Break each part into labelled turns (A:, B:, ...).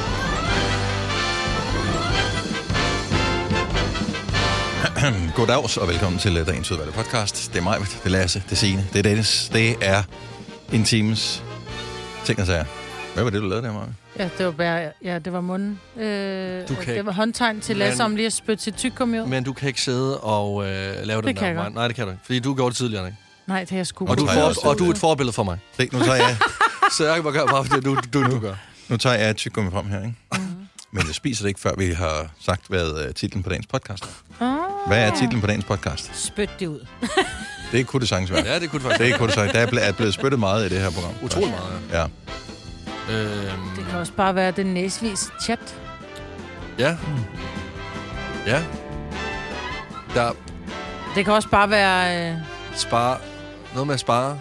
A: Goddags og velkommen til øh, dagens udvalgte podcast. Det er mig, det er Lasse, det er Signe, det er Dennis. Det er en times ting og sager. Hvad var det, du lavede der, Maja?
B: Ja, det var bare, ja, det var munden. Øh,
C: Du kan
B: det
C: ikke.
B: var håndtegn til Lasse
C: Men-
B: om lige at spytte sit tykkum ud.
C: Men du kan ikke sidde og øh, lave det den
B: kan jeg
C: der
B: godt.
C: Nej, det kan du ikke. Fordi du gjorde det tidligere, ikke?
B: Nej, det er jeg sgu.
C: Og du,
A: tager
C: er
A: jeg også
C: for,
A: det
C: og du er
A: ud.
C: et forbillede for mig.
A: Se, nu tager jeg,
C: Så jeg kan bare gøre bare det, du, du, du gør.
A: nu tager jeg tyggegummi frem her, ikke?
C: Mhm.
A: Men jeg spiser det ikke, før vi har sagt, hvad øh, titlen på dagens podcast er.
B: Ah.
A: Hvad er titlen på dagens podcast?
D: Spyt det ud.
A: Det kunne det sagtens være.
C: Ja, det kunne det faktisk.
A: Det kunne det sagtens. Der er ble- er blevet spyttet meget i det her program.
C: Utrolig meget, ja.
A: Ja.
C: Øhm,
B: Det kan også bare være den næsvis chat.
C: ja. Ja. Der
B: Det kan også bare være øh,
C: spare... Noget med at spare.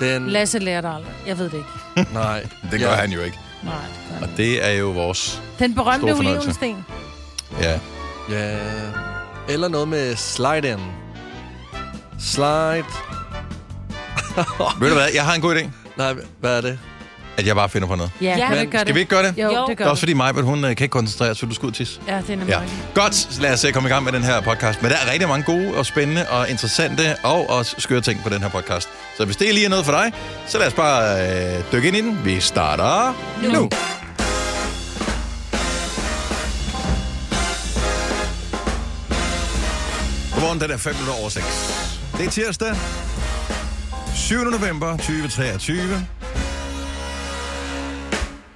C: Den...
B: Lasse lærer dig aldrig. Jeg ved det ikke.
C: Nej.
A: Det gør
C: ja.
A: ja. han jo ikke.
B: Nej, det gør
A: Og
B: han ikke.
A: det er jo vores...
B: Den berømte
A: Stor fornøjelse.
B: olivensten.
A: Ja.
C: Ja. Eller noget med slide in. Slide.
A: Ved du hvad? Jeg har en god idé,
C: Nej, hvad er det?
A: at jeg bare finder på noget.
B: Ja,
D: Ja.
B: ja det
C: Men
B: gør det.
A: Skal vi ikke gøre det?
B: Jo,
D: Jo.
B: det
A: Det er
B: gør
A: også
B: det.
A: fordi mig, hun øh, kan ikke koncentrere sig, så du skal ud og tisse.
B: Ja, det er nemlig
A: Ja.
B: rigtigt.
A: Godt, lad os øh, komme i gang med den her podcast. Men der er rigtig mange gode og spændende og interessante og også skøre ting på den her podcast. Så hvis det lige er noget for dig, så lad os bare øh, dykke ind i den. Vi starter nu. nu. Godmorgen, den er 5 minutter over 6. Det er tirsdag, 7. november 2023.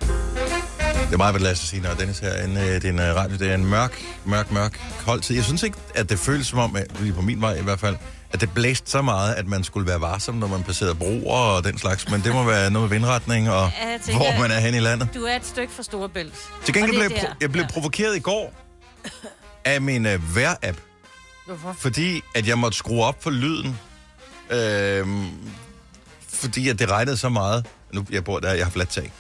A: Det er meget, hvad Lasse siger, og Dennis herinde. øh, Det er en øh, radio, det er en mørk, mørk, mørk, kold tid. Jeg synes ikke, at det føles som om, at, lige på min vej i hvert fald, at det blæste så meget, at man skulle være varsom, når man passerede broer og den slags. Men det må være noget med vindretning og
D: Ja, jeg tænker-
A: hvor man er hen i landet.
D: Du er et stykke for storebælt.
A: Til gengæld
D: Og det
A: blev
D: er
A: jeg, pro-
D: der.
A: jeg blev
D: Ja.
A: provokeret i går af min uh, vejr-app,
B: Hvorfor?
A: fordi at jeg måtte skrue op for lyden, øhm, fordi at det regnede så meget. Nu, jeg bor der, jeg har fladt tag.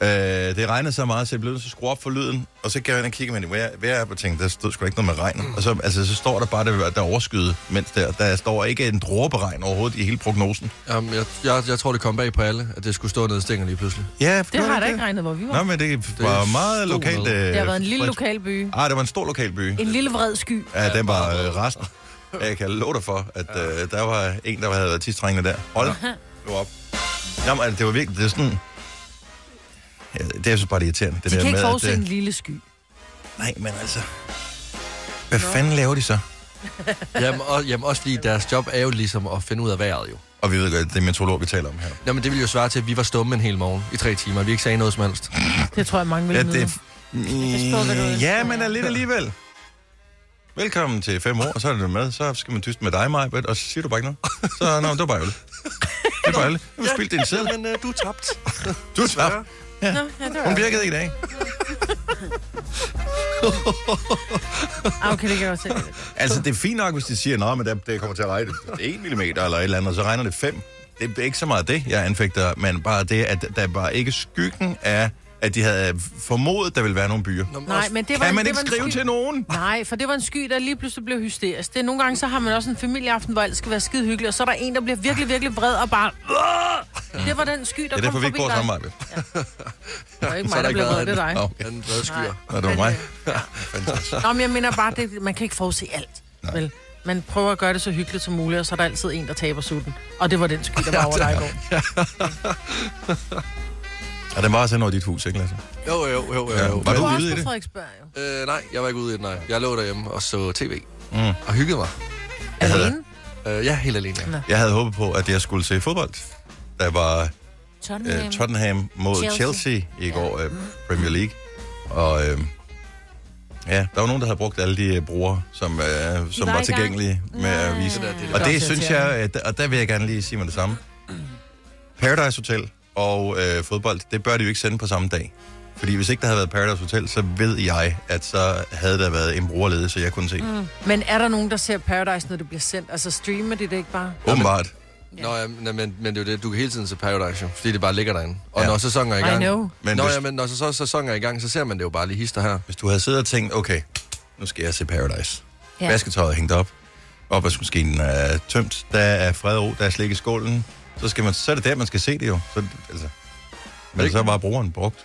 A: Øh, det regnede så meget, så jeg blev nødt til at skrue op for lyden, og så kan jeg ind og kigge med det vejr, vejr-app og tænkte, der stod sgu da ikke noget med regn. Og så, altså, så står der bare, at der, der er overskyet, mens der, der står ikke en dråbe regn overhovedet i hele prognosen.
C: Jamen, jeg, jeg, jeg tror, det kom bag på alle, at det skulle stå nede i stænger lige pludselig.
A: Ja,
B: Det har der ikke regnet, hvor vi var.
A: Nå, men det var
C: Det
A: meget
C: stod
A: lokalt.
C: noget.
A: Øh,
B: Det har været en lille
A: frit-
B: lokal by.
A: Ah, det var en stor lokal by.
B: En lille vred sky.
A: Ja, den var øh, resten. Jeg kan love dig for, at øh, der var en, der havde været tidstrængende der. Hold nu op. Jamen, altså, det var virkelig, det er sådan... Ja, det er så bare det irriterende. Det
B: De
A: der
B: kan ikke
A: med, at,
B: forudse
A: øh,
B: en lille sky.
A: Nej, men altså... Hvad fanden laver de så?
C: Jamen, og, jamen, også fordi deres job er jo ligesom at finde ud af vejret jo.
A: Og vi ved godt, det er meteorolog, vi taler om her.
C: Jamen, det ville jo svare til, at vi var stumme en hel morgen i tre timer, og vi ikke sagde noget som helst.
B: Det tror jeg, mange vil
A: Ja,
B: nyde.
A: det...
B: spå, hvad du
A: Mm,
B: ønsker.
A: ja, men er lidt alligevel. Velkommen til fem år, og så er det med. Så skal man dyste med dig, Maja, og så siger du bare ikke noget. Så, nå, det var bare ærgerligt. Det var bare ærgerligt. Du spildte din sæd.
C: Men øh, du er tabt.
A: Du tabte.
B: Nå, ja, det var...
A: Hun virkede i dag.
B: Ah, okay, det kan jeg godt se.
A: Altså, det er fint nok, hvis de siger, at det, det kommer til at regne 1 mm eller et eller andet, og så regner det 5. Det er ikke så meget det, jeg anfægter, men bare det, at der var ikke skyggen af, at de havde formodet, der ville være nogle byer.
C: Nå, men
B: Nej,
C: også-
B: men det var,
A: Kan man
B: det
A: ikke
B: var en
A: skrive
B: sky.
A: til nogen?
B: Nej, for det var en sky, der lige pludselig blev hysterisk. Det er nogle gange, så har man også en familieaften, hvor alt skal være skide hyggeligt, og så er der en, der bliver virkelig, virkelig vred og bare... "Åh!" Det var den sky, der
A: Det er
B: kom
A: derfor, vi
B: forbi
A: ikke bor sammen,
B: dig.
A: Maja.
B: Det var ikke mig,
C: Så er der
B: der
C: ikke
B: blev vred,
C: været
B: det er dig. øh,
A: Nå,
C: Den brede skyer.
A: Nå, det var mig.
B: Nå, men jeg mener bare, det, man kan ikke forudse alt. Vel? Man prøver at gøre det så hyggeligt som muligt, og så er der altid en, der taber sutten. Og det var den sky, der var over dig i går.
A: Og den var også hen over dit hus, ikke, Lasse?
C: Jo, jo, jo, jo.
A: Ja,
C: jo.
A: var
B: Du
A: du
B: var
A: ude
B: også
A: i
B: på
A: det?
B: Frederiksberg, jo.
C: Øh, nej, jeg var ikke ude i det, nej. Jeg lå derhjemme og så tv. Mm. Og hyggede mig.
B: Alene?
C: Øh, ja, helt alene. Ja.
A: Jeg havde håbet på, at jeg skulle se fodbold. Der var øh,
D: Tottenham.
A: Tottenham mod Chelsea,
D: Chelsea.
A: Chelsea i går, øh, Premier League. Og øh, ja, der var nogen, der havde brugt alle de øh, brugere, som, øh, som
D: var i
A: var, var
D: gang.
A: tilgængelige med at vise.
C: Det der, det
A: Og
C: der.
A: det
B: Godt
A: synes
B: irriterende.
A: jeg, øh, der- og der vil jeg gerne lige sige mig det samme. Paradise Hotel og øh, fodbold, det bør de jo ikke sende på samme dag. Fordi hvis ikke der havde været Paradise Hotel, så ved jeg, at så havde der været en brugerlede, så jeg kunne se. Mm.
B: Men er der nogen, der ser Paradise, når det bliver sendt? Altså, streamer de det ikke bare?
A: Åbenbart.
C: Nå, ja, men, men, men det er jo det, du kan hele tiden se Paradise, jo, fordi det bare ligger derinde. Og
A: Ja.
C: ja. når sæsonen er i
B: I
C: gang...
B: know.
A: Men
C: Nå,
A: hvis-
C: ja, men når så, så sæsonen er i gang, så ser man det jo bare lige hister her.
A: Hvis du havde siddet og tænkt, okay, nu skal jeg se Paradise. Ja.
D: Ja.
A: Vasketøjet er hængt op. Opvaskemaskinen er tømt. Der er fred og ro. Der er slik i skålen. Så, skal man, så er det der, man skal se det jo. Så, altså, men
C: Ikke?
A: så var brugeren brugt.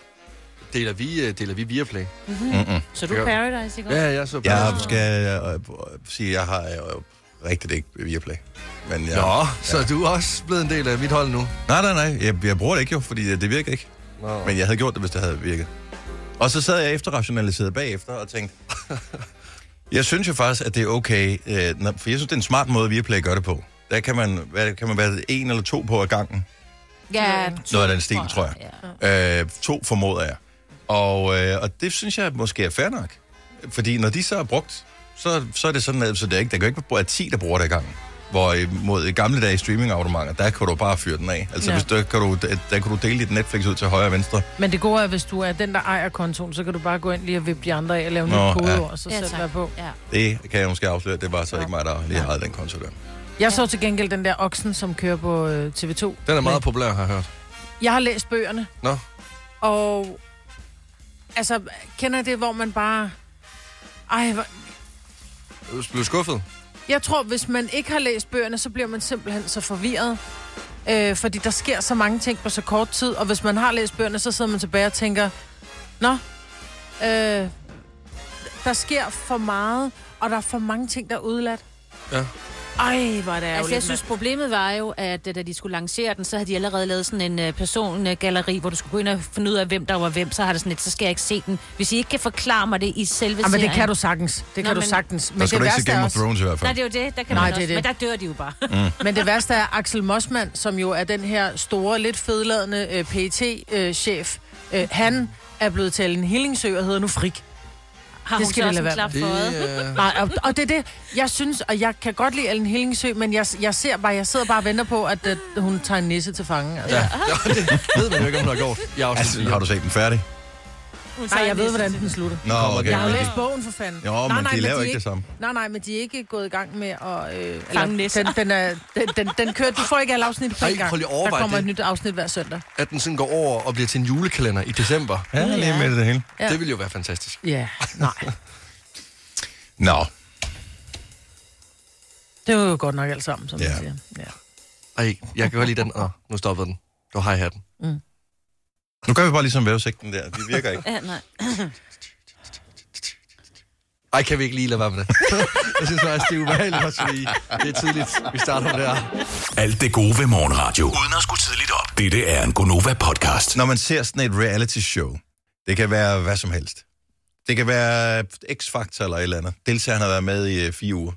C: deler vi, øh, deler vi Viaplay.
D: Mm-hmm.
B: Mhm.
A: Mm-mm.
D: Så du
C: Ja.
D: Paradise i går?
C: Ja, jeg så
A: Jeg
C: Paradise.
A: skal øh, øh, sige, at jeg har øh, rigtigt ikke Viaplay. Men jeg,
C: Nå, så er du også blevet en del af mit hold nu.
A: Nej, nej, nej. Jeg, jeg bruger det ikke jo, fordi øh, det virker ikke.
C: Nå.
A: Men jeg havde gjort det, hvis det havde virket. Og så sad jeg efterrationaliseret bagefter og tænkte, jeg synes jo faktisk, at det er okay, øh, når- for jeg synes, det er en smart måde, Viaplay gør det på. Der kan man, hvad, kan man være en eller to på ad gangen.
E: Ja,
A: Noget af den stil, tror jeg. Øh, to formoder jeg. Og, øh, og det synes jeg måske er fair nok. Fordi når de så er brugt, så, så er det sådan, at så det er ikke, der kan jo ikke være 10, der bruger det ad gangen. Hvor øh, mod i gamle dage streamingautomater, der kan du bare fyre den af. Altså,
B: Ja.
A: ja. hvis, der, kan du, der, der kan du dele dit Netflix ud til højre og venstre.
B: Men det gode er, hvis du er den, der ejer kontoen, så kan du bare gå ind lige og vippe de andre af og lave
A: Nå,
B: nogle kodeord,
A: ja.
B: og så
D: Ja,
B: sætte
D: tak.
B: dig på.
D: Ja.
A: Det kan jeg måske afsløre, det var så ikke mig, der lige havde den konto der.
B: Jeg så til gengæld den der oksen, som kører på øh, TV2.
C: Den er meget populær, har jeg hørt.
B: Jeg har læst bøgerne,
C: Nå,
B: og altså, kender I det, hvor man bare... Ej, hvor-
C: blev du skuffet?
B: jeg tror, hvis man ikke har læst bøgerne, så bliver man simpelthen så forvirret. Øh, fordi der sker så mange ting på så kort tid, og hvis man har læst bøgerne, så sidder man tilbage og tænker, Nå, øh, der sker for meget, og der er for mange ting, der er udladt.
C: Ja.
B: Ej, hvor er det
E: Altså,
B: ærgerligt,
E: jeg synes, problemet var jo, at øh, da de skulle lancere den, så havde de allerede lavet sådan en øh, persongalleri, hvor du skulle gå ind og finde ud af, hvem der var hvem. Så har det sådan lidt, så skal jeg ikke se den. Hvis I ikke kan forklare mig det i selve
B: Ja, men det
E: serien.
B: kan du sagtens. Det
E: Nå,
B: kan du
E: men-
B: sagtens. Men
A: Der skal
B: det,
A: du ikke se
B: værste er
A: Game of
B: også,
A: Thrones i hvert fald. Mm.
E: Nej, det er jo det. Der kan
B: Nej,
E: man
B: det er
E: også.
B: det.
E: Men der dør de jo bare.
B: men det værste er Axel Mossmann, som jo er den her store, lidt fedladende øh, PET øh, chef øh, han er blevet til en hillingsø og hedder nu Frik.
E: Har
B: Det
E: hun
B: skal
E: så
B: de
E: også
B: lade
E: en
B: være
E: klap for øjet?
C: øh,
B: Nej, og, og det er det, jeg synes, og jeg kan godt lide Ellen Hillingsø, men jeg, jeg, ser bare, jeg sidder bare og venter på, at øh, hun tager en nisse til fange. Altså.
C: ja. ja. det ved man jo ikke, om hun har gjort. Jeg er også
A: Altså, har du set den færdig?
E: Hun
B: Nej,
E: tager
B: jeg
E: en
B: ved,
E: liste
B: hvordan
E: til
B: den slutter.
A: Nå, okay.
B: Jeg har jo
A: men
B: læst
A: de-
B: bogen for fanden.
A: Jo, men de laver ikke det samme.
B: Nej, nej, men de er ikke gået i gang med at... Øh,
E: Fange nisser.
B: den, den, er, den, den, den kører, du får ikke alle afsnit på
C: Ej,
B: en gang.
C: prøv lige at
B: Der
C: overveje
B: kommer et
C: det.
B: nyt afsnit hver søndag.
C: at den sådan går over og bliver til en julekalender i december.
A: Ja, lige med det hele.
B: Ja.
C: Ja. Det ville jo være fantastisk.
B: Ja, nej.
A: Nå,
B: Det var jo godt nok alt sammen, som
A: Ja.
B: man siger. Ja.
C: Ej, jeg kan godt lide den. Åh, nu stoppede den. Du har jeg den.
A: nu gør vi bare ligesom vævesigten der. Det virker ikke.
E: Ja, nej.
C: Ej, kan vi ikke lige lade være med det? jeg synes faktisk, det er ubehageligt, også fordi det er tidligt, vi starter med det her.
F: Alt det gode ved morgenradio. Uden at skulle tidligt op. Dette er en Gonova-podcast.
A: Når man ser sådan et reality show, det kan være hvad som helst. Det kan være X-Factor eller et eller andet. Deltagerne har været med i øh, fire uger.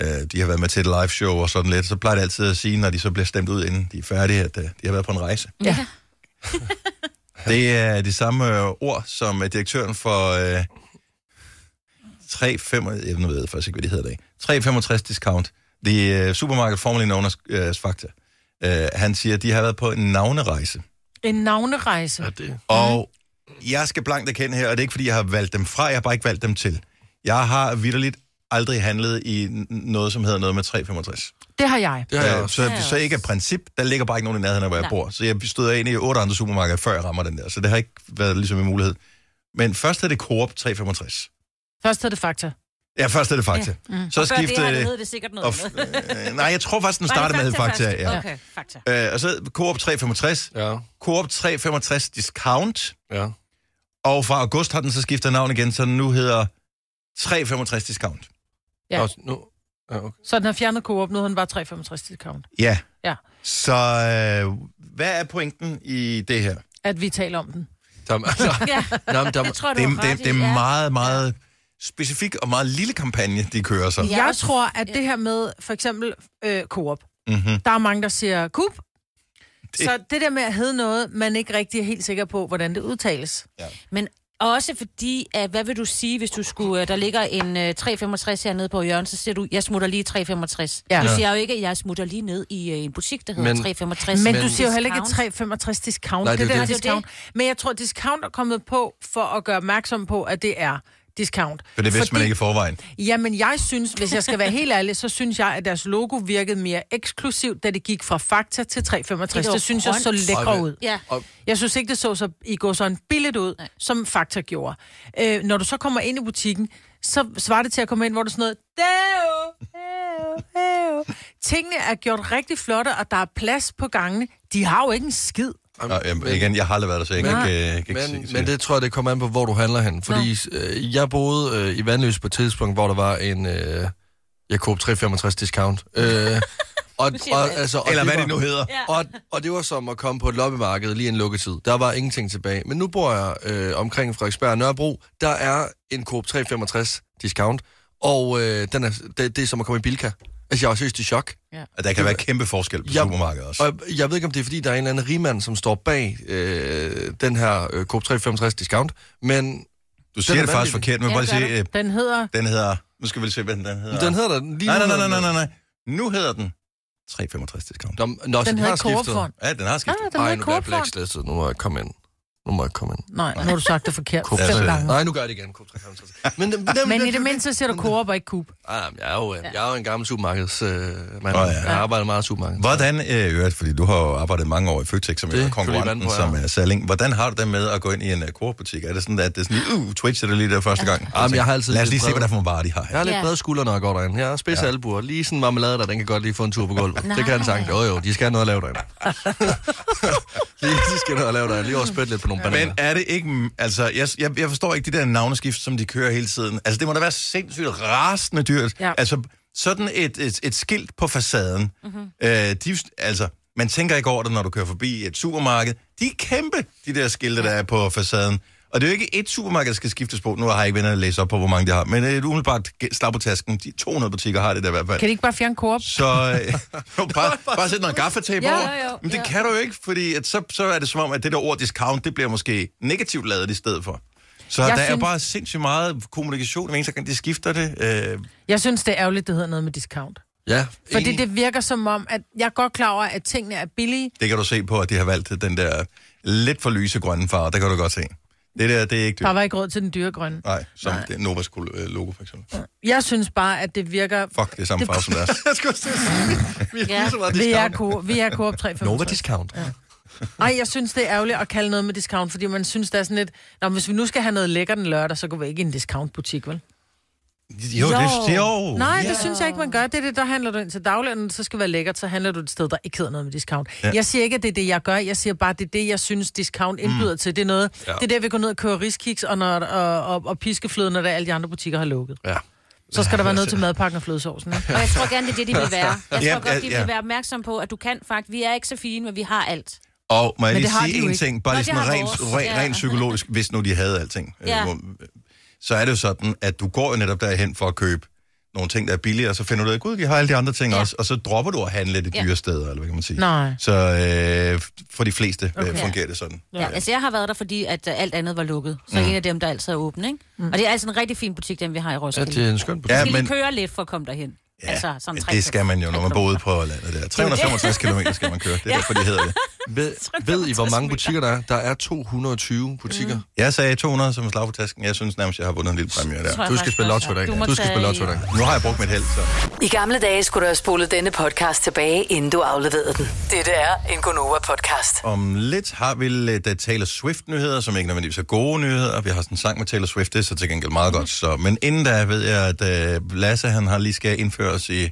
A: Øh, de har været med til et live show og sådan lidt. Så plejer det altid at sige, når de så bliver stemt ud, inden de er færdige, at øh, de har været på en rejse.
B: Ja.
A: Det er de samme øh, ord, som øh, direktøren for øh, 3, 5, jeg ved jeg faktisk ikke, hvad de hedder i dag. 365 Discount, det er øh, supermarked formerly known as øh, Fakta. Øh, han siger, at de har været på en navnerejse.
B: En navnerejse.
C: det?
A: Og jeg skal blankt erkende her, og det er ikke, fordi jeg har valgt dem fra, jeg har bare ikke valgt dem til. Jeg har vidderligt aldrig handlet i n- noget, som hedder noget med 365.
B: Det har jeg.
C: Det har jeg
A: Øh,
C: også.
A: så,
E: Ja,
A: så ikke af princip, der ligger bare ikke nogen i nærheden af, hvor jeg
E: Nej.
A: bor. Så jeg støder ind i otte andre supermarkeder, før jeg rammer den der. Så det har ikke været ligesom en mulighed. Men først er det Coop 365.
B: Først er det fakta.
A: Ja, først er det Fakta. Ja. Mm. Så
E: Før det
A: skiftede...
E: har det hedder det sikkert noget
A: og
E: andet.
A: f- øh, nej, jeg tror faktisk, den
E: Var det
A: startede med at hedde Fakta.
E: først?
A: Ja.
E: Okay, fakta.
A: Okay. Øh, og så Coop 365.
C: Ja,
A: Coop 365 Discount.
C: ja.
A: Og fra august har den så skiftet navn igen, så den nu hedder 365 discount.
B: Ja.
C: Ja. Også, nu. Ja, okay.
B: Så den har fjernet Coop, nu har den bare 365 discount.
A: Ja.
B: Ja.
A: Så øh, hvad er pointen i det her?
B: At vi taler om den.
C: Jamen, altså,
E: Ja,
C: jamen, der,
E: det tror jeg, du
A: Det,
E: har
A: er-
E: ret
A: det, det er
E: i, ja.
A: meget, meget specifik og meget lille kampagne, de kører så.
E: Ja.
B: Jeg tror, at det her med for eksempel øh, Coop,
A: Mm-hmm.
B: der er mange, der siger Coop.
A: Det-
B: Så det der med at hedde noget, man ikke rigtig er helt sikker på, hvordan det udtales.
E: Men også fordi, at hvad vil du sige, hvis du skulle... øh, Der ligger en øh, 365 hernede på hjørnet, så siger du, jeg smutter lige 365.
B: Ja.
E: Ja. Du siger jo ikke, at jeg smutter lige ned i øh, en butik, der hedder
C: Men-
E: men, 365.
B: Men
C: Men
B: du siger jo heller ikke
E: discount.
B: 365 discount.
C: Nej,
B: Nej,
C: det
B: det,
C: er
B: det, der
C: det.
E: Det er jo
B: discount. Men jeg tror, discount er kommet på for at gøre opmærksom på, at det er discount.
A: For det vidste man ikke i forvejen.
B: Jamen, jeg synes, hvis jeg skal være helt ærlig, så synes jeg, at deres logo virkede mere eksklusivt, da det gik fra Fakta til 365.
E: Det var
B: Det, det synes jeg så
E: grønt.
B: lækre
C: Ej,
B: ud.
E: Ja.
B: Jeg synes ikke, det så så i går sådan billigt ud, Nej. som Fakta gjorde. Øh, når du så kommer ind i butikken, så svarer det til at komme ind, hvor du sådan noget... Deo, deo, deo. Tingene er gjort rigtig flotte, og der er plads på gangene. De har jo ikke en skid.
A: Nå, jeg, igen, jeg har aldrig været der, så jeg kan
C: Men-
A: ikke, øh, kan ikke
C: Men,
A: sige-
C: men det tror jeg, det kommer an på, hvor du handler hen. Fordi øh, jeg boede øh, i Vandløs på et tidspunkt, hvor der var en øh, Jakob 365 discount. Øh, og,
E: siger
C: og,
E: du alt.
C: altså, og
A: Eller hvad
C: var,
A: det nu hedder.
C: Og, og det var som at komme på et loppemarked lige en lukketid. Der var ingenting tilbage. Men nu bor jeg øh, omkring Frederiksberg og Nørrebro. Der er en Coop 365 discount, og øh, den er, det, det er som at komme i Bilka. Altså, jeg var seriøst i chok.
A: At der kan være kæmpe forskel på
C: Ja.
A: supermarkedet også.
C: Og jeg, jeg ved ikke, om det er, fordi der er en eller anden rigmand, som står bag øh, den her øh, Coop 365 discount, men
A: Du siger
C: er
A: det faktisk
C: vanvittig.
A: forkert, men
E: Ja,
A: bare
E: det
A: lige
E: gør
A: sige, øh,
B: Den hedder...
A: den hedder... Nu skal vi lige se, hvad den hedder.
C: den hedder da lige
A: Nej, nej,
C: nu-
A: nej, nej, nej, nej. Nu hedder den 365 discount.
C: Nå, nå, så
B: Den
C: har
B: hedder
C: skiftet.
B: Korfond.
A: Ja, den har
B: Nej,
A: skiftet.
B: den
C: Ej,
B: hedder
C: nu bliver jeg
B: Korfond.
C: blacklistet. Nu må jeg komme ind. Nu må jeg komme ind.
B: Nej, nu har du sagt det forkert
C: Coop Altså,
B: fem
A: Ja, så-
B: gange.
C: Nej, nu gør jeg det igen. Coop 365. Men, den, den,
B: Men
C: den,
B: i det mindste siger du Coop og ikke Coop.
C: Ah, jeg, er jo, jeg er jo en gammel supermarkedsmand. Øh, mand.
A: Åh, ja.
C: Jeg har arbejdet meget i supermarkedet.
A: Hvordan, øh, i øvrigt, fordi du har jo arbejdet mange år i Føtex, som
C: Det
A: er
C: kan lige
A: konkurrenten,
C: vande på,
A: som
C: ja.
A: er Salling. Hvordan har du det med at gå ind i en uh, Coop-butik? Er det sådan, at det er sådan, lige, uh, Twitch er det lige der første gang?
C: Jamen, jeg har altid
A: Lad os
C: lidt
A: lige se,
C: bred-
A: hvad der for nogle varer, de har
C: Jeg
A: her.
C: har lidt
E: Ja.
C: brede skuldre, når jeg går derind. Jeg har spids ja. albuer. Lige sådan en marmelade, der den kan godt lige få en tur på gulvet. det kan han sagt. Jo, jo, de skal have noget at lave derinde. lige, de skal have noget at lave derinde. Lige over spytte lidt på nogle bananer.
A: Men er det ikke... Altså, jeg, jeg, jeg forstår ikke de der navneskift, som de kører hele tiden. Altså, det må da være sindssygt rasende dyrt.
B: Ja.
A: Altså, sådan et, et, et skilt på facaden.
B: Mhm.
A: Mm-hmm. Øh, de, altså, man tænker ikke over det, når du kører forbi et supermarked. De er kæmpe, de der skilte, der er på facaden. Og det er jo ikke et supermarked, der skal skiftes på. Nu har jeg ikke venner at læse op på, hvor mange de har. Men et umiddelbart gæ- slag på tasken. De 200 butikker har det der i hvert fald.
B: Kan de ikke bare fjerne Coop?
A: Så øh, jo, bare, bare sæt noget gaffatape
E: Ja,
A: over.
E: jo, jo,
A: Men det
E: jo.
A: kan du jo ikke, fordi at så, så er det som om, at det der ord discount, det bliver måske negativt lavet i stedet for. Så jeg
B: Jeg
A: der synes... er
B: synes-
A: bare sindssygt meget kommunikation, hver eneste gang de skifter det. Øh,
B: Jeg synes, det er ærgerligt, det hedder noget med discount.
C: Ja,
B: Fordi
C: enig.
B: det virker som om, at jeg er godt klar over, at tingene er billige.
A: det kan du se på, at de har valgt den der lidt for lyse grønne farve. Der kan du godt se. Det der, det er ikke
B: Der
A: dyrt.
B: var ikke råd til den dyre grønne.
A: Nej, som Nej. Det Novas kul- øh, logo for eksempel.
B: Jeg synes bare, at det virker...
A: Fuck, det er samme farve som deres.
C: Jeg skulle også til at sige, vi
E: Ja.
C: er lige så meget
B: Vi er,
C: discount.
B: Coop, vi er Coop 365.
C: Nova discount.
B: Ej, jeg synes, det er ærgerligt at kalde noget med discount, fordi man synes, det er sådan lidt... Nå, men hvis vi nu skal have noget lækkert den lørdag, så går vi ikke i en discountbutik, vel?
A: Jo, det, jo.
B: Nej, det synes jeg ikke, man gør. Det er det, der handler du ind til daglig, og når det så skal være lækkert, så handler du et sted, der ikke hedder noget med discount.
A: Ja.
B: Ja. Jeg siger ikke, at det er det, jeg gør. Jeg siger bare, at det er det, jeg synes, discount indbyder mm. til. Det er noget,
C: Ja.
B: ja. det er der, vi går ned og kører riskiks og, når, og, og, og piskefløde, når der alle de andre butikker har lukket.
C: Ja.
B: Så skal der være noget til madpakken og flødesovsen, ikke?
E: Og jeg tror gerne, det er det, de vil være. Jeg tror
A: Ja,
E: godt, de
A: ja, ja.
E: vil være opmærksom på, at du kan faktisk. Vi er ikke så fine, men vi har alt.
A: Og må jeg
B: Men
A: lige
B: det har de
A: sige
B: jo
A: en
B: ikke.
A: ting, bare
E: Nå,
A: lige
E: det
A: sådan
E: har
A: rent,
E: vores.
A: rent,
E: Ja.
A: rent psykologisk, hvis nu de havde alting. øh,
E: Ja.
A: hvor- Så er det jo sådan, at du går jo netop derhen for at købe nogle ting, der er billigere, og så finder du ud af, gud, de har alle de andre ting ja.
E: Ja.
A: også, og så dropper du at handle de
E: Ja.
A: dyre steder, eller hvad kan man sige.
B: Nej.
A: Så øh, for de fleste okay.
E: Okay.
A: fungerer det sådan.
E: Ja, altså jeg har været der, fordi at øh, alt andet var lukket. Så mm. en af dem, der altid er åben, ikke? Mm. Og det er altså en rigtig fin butik, den vi har i
C: Ja,
E: Roskilde.
C: det er en skøn butik.
E: ja,
A: Ja,
E: skal
A: men-
E: lige køre lidt for at komme derhen.
A: Ja,
E: altså, sådan
A: men
E: tre-
A: det skal man jo, når man boede på landet der. 365 km skal man køre, det er derfor, de hedder det.
C: Ved, ved I, hvor mange butikker der er? Der er 220
E: Mm.
C: butikker.
A: Jeg sagde 200 som slag på tasken, jeg synes nærmest, jeg har vundet en lille præmie der.
E: Tror jeg
C: Du skal
E: faktisk
C: spille
E: også,
C: lotto i dag.
E: ja. må
C: Du skal
E: tage
C: spille
E: i-
C: lotto i dag.
A: Nu har jeg brugt mit held, så...
G: I gamle dage skulle du have spolet denne podcast tilbage, inden du afleverede den. Dette er en Gonova-podcast.
A: Om lidt har vi lidt øh, Taylor Swift-nyheder, som ikke nødvendigvis er gode nyheder. Vi har sådan en sang med Taylor Swift, det er så til gengæld meget godt. Så. Men inden da ved jeg, at øh, Lasse han har lige skal indføres i,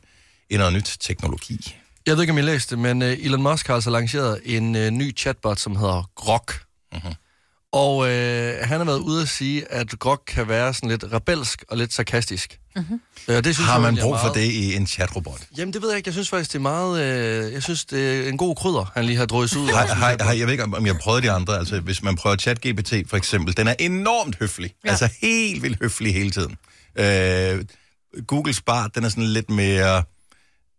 A: i noget nyt teknologi.
C: Jeg ved ikke, om I læste det, men øh, Elon Musk har altså lanceret en øh, ny chatbot, som hedder Grok. Mm-hmm.
A: Mhm.
C: Og øh, han har været ude at sige, at Grok kan være sådan lidt rebelsk og lidt sarkastisk. Mm-hmm. Øh, det synes
A: Har
C: jeg
A: man
C: egentlig er
A: brug for
C: meget-
A: det i en chatrobot?
C: Jamen, det ved jeg ikke. Jeg synes faktisk, det er meget... Øh, jeg synes, det er en god krydder, han lige har drysset ud.
A: Hej, hej, hej, jeg ved ikke, om- om jeg prøvede de andre. Altså, hvis man prøver ChatGPT for eksempel, den er enormt høflig. Ja. Altså helt vildt høflig hele tiden. Øh, Googles Bart, den er sådan lidt mere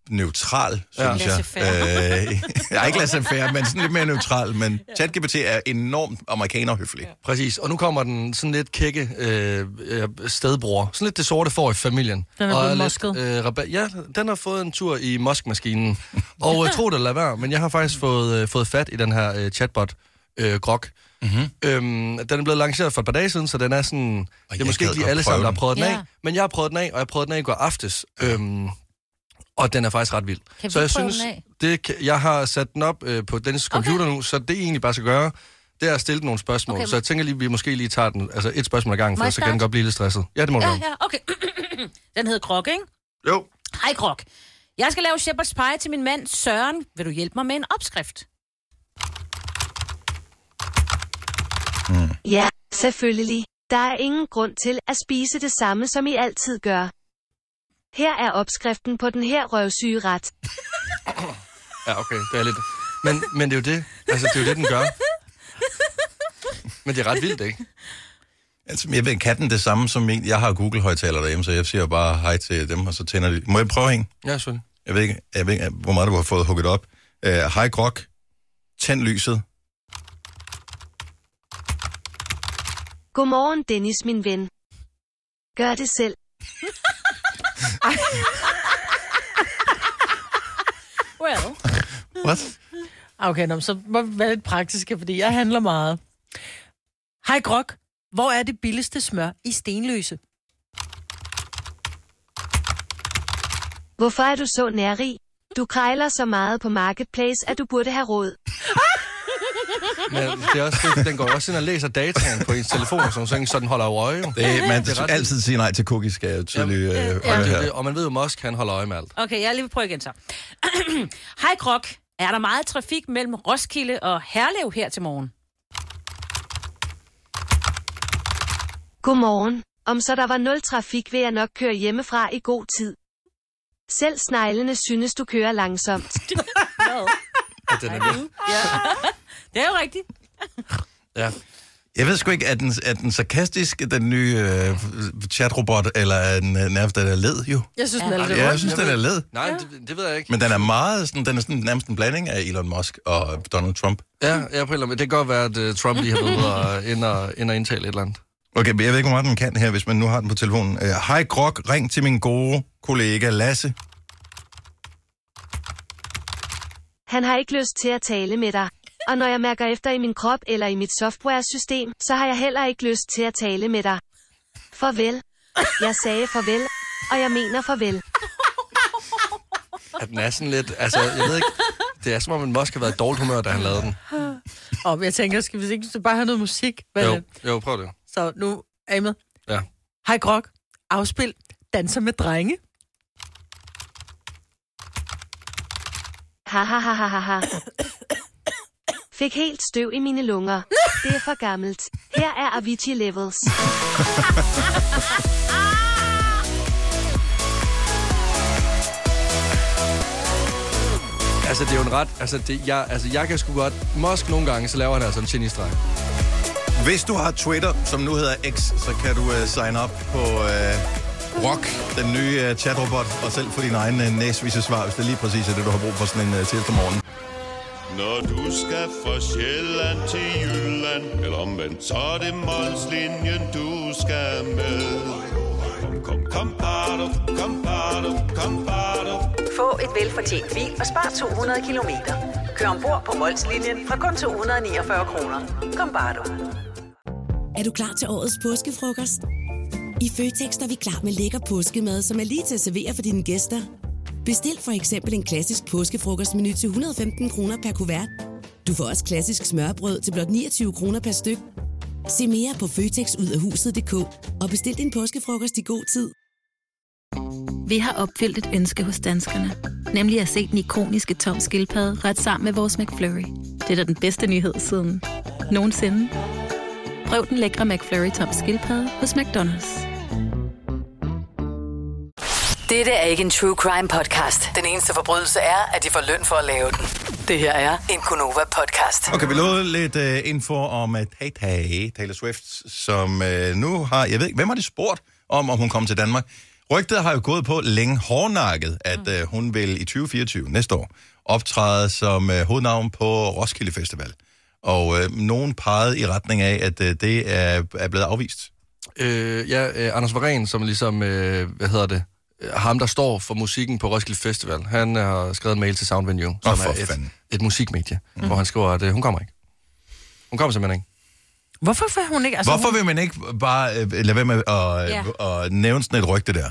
A: neutral,
C: Ja.
A: synes jeg.
E: Laissez-faire.
A: Øh, jeg er ikke laissez færre, men sådan lidt mere neutral. Men ChatGPT er enormt amerikanerhøflig.
C: Præcis. Og nu kommer den sådan lidt kække øh, øh, stedbror. Sådan lidt det sorte får i familien.
B: Den er
C: og
B: blevet
C: lidt,
B: mosket.
C: Øh, rebe- ja, den har fået en tur i moskmaskinen. og jeg tror det eller være, men jeg har faktisk fået, øh, fået fat i den her øh, chatbot, øh, Grok.
A: Mhm.
C: Mm-hmm. Øhm, den er blevet lanceret for et par dage siden, så den er sådan... det er
A: jeg
C: måske
A: gad
C: ikke lige
A: at
C: alle
A: prøve
C: sammen, der har
A: den.
C: prøvet den
E: Ja.
C: af, men jeg har prøvet den af, og jeg prøvede den af i går aftes. Øhm, og den er faktisk ret vild.
E: Kan
C: så
E: vi
C: jeg
E: prøve
C: synes,
E: den af?
C: Det kan, jeg har sat den op øh, på Dennis' computer nu, så det I egentlig bare skal gøre, det er at stille den nogle spørgsmål. Okay.
E: Okay.
C: Så jeg tænker lige, vi måske lige tager den, altså et spørgsmål ad gangen,
E: Må
C: for
E: jeg
C: så kan den
E: starte?
C: godt blive lidt stresset. Ja, det må du
E: Ja,
C: gerne.
E: ja, okay. den hedder Grok, ikke?
A: Jo.
E: Hej, Grok. Jeg skal lave shepherd's pie til min mand Søren. Vil du hjælpe mig med en opskrift?
H: Ja, selvfølgelig. Der er ingen grund til at spise det samme, som I altid gør. Her er opskriften på den her røvsyge ret.
C: Ja, okay, det er lidt... Men, men det er jo det. Altså, det er jo det, den gør. Men det er ret vildt, ikke?
A: Altså, jeg ved, katten det samme som min. Jeg har Google-højtaler derhjemme, så jeg siger bare hej til dem, og så tænder de. Må jeg prøve en?
C: Ja, selvfølgelig.
A: Jeg ved ikke, jeg ved ikke hvor meget du har fået hugget op. Øh, Hej, Grok. Tænd lyset.
H: Godmorgen, Dennis, min ven. Gør det selv.
E: Well.
A: What?
B: Okay, nå, men så må vi være lidt praktiske, fordi jeg handler meget. Hej Grok, hvor er det billigste smør i Stenløse?
H: Hvorfor er du så nærrig? Du krejler så meget på Marketplace, at du burde have råd.
C: Men det er også, det, den går jo også ind og læser dataen på ens telefon, og sådan, noget, så den holder jo øje. Jo.
A: Det, er- man
C: Det er
A: skal
C: ret
A: altid sige nej til cookies, skal jeg tydeligt øh,
C: Og,
A: holde
C: det, er jo det,
A: her.
C: og man ved jo, Musk, han holder øje med alt.
E: Okay, jeg lige vil prøve igen så. Hej Grok, er der meget trafik mellem Roskilde og Herlev her til morgen?
H: Godmorgen. Om så der var nul trafik, vil jeg nok køre hjemmefra i god tid. Selv sneglene synes, du kører langsomt.
C: At den er vild.
E: Det er jo rigtigt.
C: ja.
A: Jeg ved sgu ikke, er den, er den sarkastisk, den nye øh, chatrobot, eller er den øh, nærmest den er led, jo?
B: Jeg synes, ja, den er lidt
A: Ja, jeg
B: rund.
A: synes, den er led.
C: Nej, det, det, ved jeg ikke.
A: Men den er meget sådan, den er sådan nærmest en blanding af Elon Musk og Donald Trump.
C: Ja, jeg på en eller anden, måde. det kan godt være, at uh, Trump lige har været ude og, ind og, ind og indtale et eller andet.
A: Okay, men jeg ved ikke, hvor meget den kan her, hvis man nu har den på telefonen. Øh, Hej uh, Grok, ring til min gode kollega Lasse.
H: Han har ikke lyst til at tale med dig. Og når jeg mærker efter i min krop eller i mit softwaresystem, så har jeg heller ikke lyst til at tale med dig. Farvel. Jeg sagde farvel, og jeg mener farvel.
C: At den er sådan lidt, altså, jeg ved ikke, det er som om, at Musk har været i dårligt humør, da han lavede den.
B: Og jeg tænker, skal vi ikke skal vi bare have noget musik? Hvad
C: Jo,
B: jo.
C: jo prøv det.
B: Så nu er I med.
C: Ja.
B: Hej Grok, afspil Danser med drenge.
H: Ha ha ha ha ha ha. Fik helt støv i mine lunger. Det er for gammelt. Her er Avicii Levels.
C: Altså, det er jo en ret, altså, det, jeg, altså, jeg kan sgu godt, Musk nogle gange, så laver han altså en genistreg.
A: Hvis du har Twitter, som nu hedder X, så kan du uh, sign up på uh, Rock, den nye uh, chatrobot, og selv få dine egne uh, næsvise svar, hvis det lige præcis er det, du har brug for sådan en uh, til morgen.
I: Når du skal fra Sjælland til Jylland Eller omvendt, så er det Molslinjen, du skal med Kom, kom, kom, bado, kom, bado, kom, bado.
G: Få et velfortjent bil og spar 200 kilometer. Kør ombord på Molslinjen fra kun 249 kroner. Kom bare du.
J: Er du klar til årets påskefrokost? I Føtex er vi klar med lækker påskemad, som er lige til at servere for dine gæster. Bestil for eksempel en klassisk påskefrokostmenu til 115 kroner per kuvert. Du får også klassisk smørbrød til blot 29 kroner per styk. Se mere på føtexudafhuset.dk og bestil din påskefrokost i god tid.
K: Vi har opfyldt et ønske hos danskerne. Nemlig at se den ikoniske tom skildpadde ret sammen med vores McFlurry. Det er da den bedste nyhed siden nogensinde. Prøv den lækre McFlurry tom skildpadde hos McDonald's.
G: Dette er ikke en true crime podcast. Den eneste forbrydelse er, at de får løn for at lave den. Det her er en Gunova podcast.
A: Okay, vi lovede lidt uh, info om uh, Tata, Taylor Swift, som uh, nu har, jeg ved ikke, hvem har de spurgt om, om hun kom til Danmark? Rygtet har jo gået på længe hårdnakket, at uh, hun vil i 2024, næste år, optræde som uh, hovednavn på Roskilde Festival. Og uh, nogen pegede i retning af, at uh, det er, er blevet afvist.
C: Øh, ja, øh, Anders Varen, som ligesom, øh, hvad hedder det, øh, ham, der står for musikken på Roskilde Festival, han øh, har skrevet en mail til Sound Venue, som
A: for
C: er et,
A: fanden.
C: et musikmedie, mm. hvor han skriver, at øh, hun kommer ikke. Hun kommer simpelthen ikke.
B: Hvorfor får Altså, hun ikke?
A: Hvorfor
B: hun,
A: vil man ikke bare øh, lade være med at, øh,
E: Ja.
A: at nævne sådan et rygte der?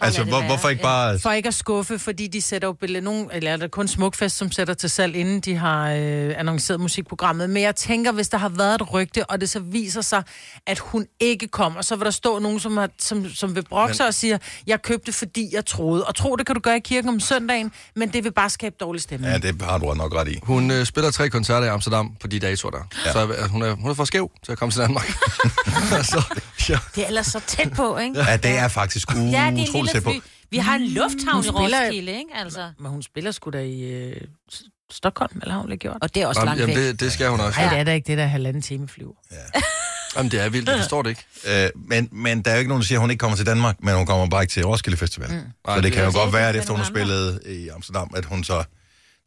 A: Altså,
B: det
A: hvor,
B: være.
A: hvorfor ikke bare...
B: For ikke at skuffe, fordi de sætter jo billeder. Nogen, eller er der kun Smukfest, som sætter til salg, inden de har øh, annonceret musikprogrammet. Men jeg tænker, hvis der har været et rygte, og det så viser sig, at hun ikke kommer, så vil der stå nogen, som, har, som, som vil brokke
C: Men-
B: sig og siger, jeg købte, fordi jeg troede. Og tro, det kan du gøre i kirken om søndagen, men det vil bare skabe dårlig stemning.
A: Ja, det har du nok ret i.
C: Hun øh, spiller tre koncerter i Amsterdam på de datoer der. Ja. Så øh, hun, er, hun er for skæv til at komme til Danmark. så, ja.
E: Det er ellers så tæt på, ikke?
A: Ja, det er faktisk Mm, utroligt
E: Ja, det er en
A: utrolig
E: lille
A: tæt på. Mm,
E: fly. Vi har en lufthavn
B: Hun
E: i
B: spiller-
E: Roskilde, ikke? Altså.
B: Men hun spiller sgu da i øh, S- Stockholm, eller har hun det gjort?
E: Og det er også
C: Jamen, jamen, det, det skal hun også.
B: Nej, det er da ikke det der halvanden time flyver.
C: Jamen, det er vildt, jeg forstår det ikke.
A: Øh, men, men der er jo ikke nogen, der siger, at hun ikke kommer til Danmark, men hun kommer bare ikke til Roskilde Festival. Mm.
C: Nej,
A: Så
C: det
A: det kan
C: er
A: jo
C: også
A: godt være, at
E: ikke
A: efter hun har
E: med
A: spillet i Amsterdam, at hun så,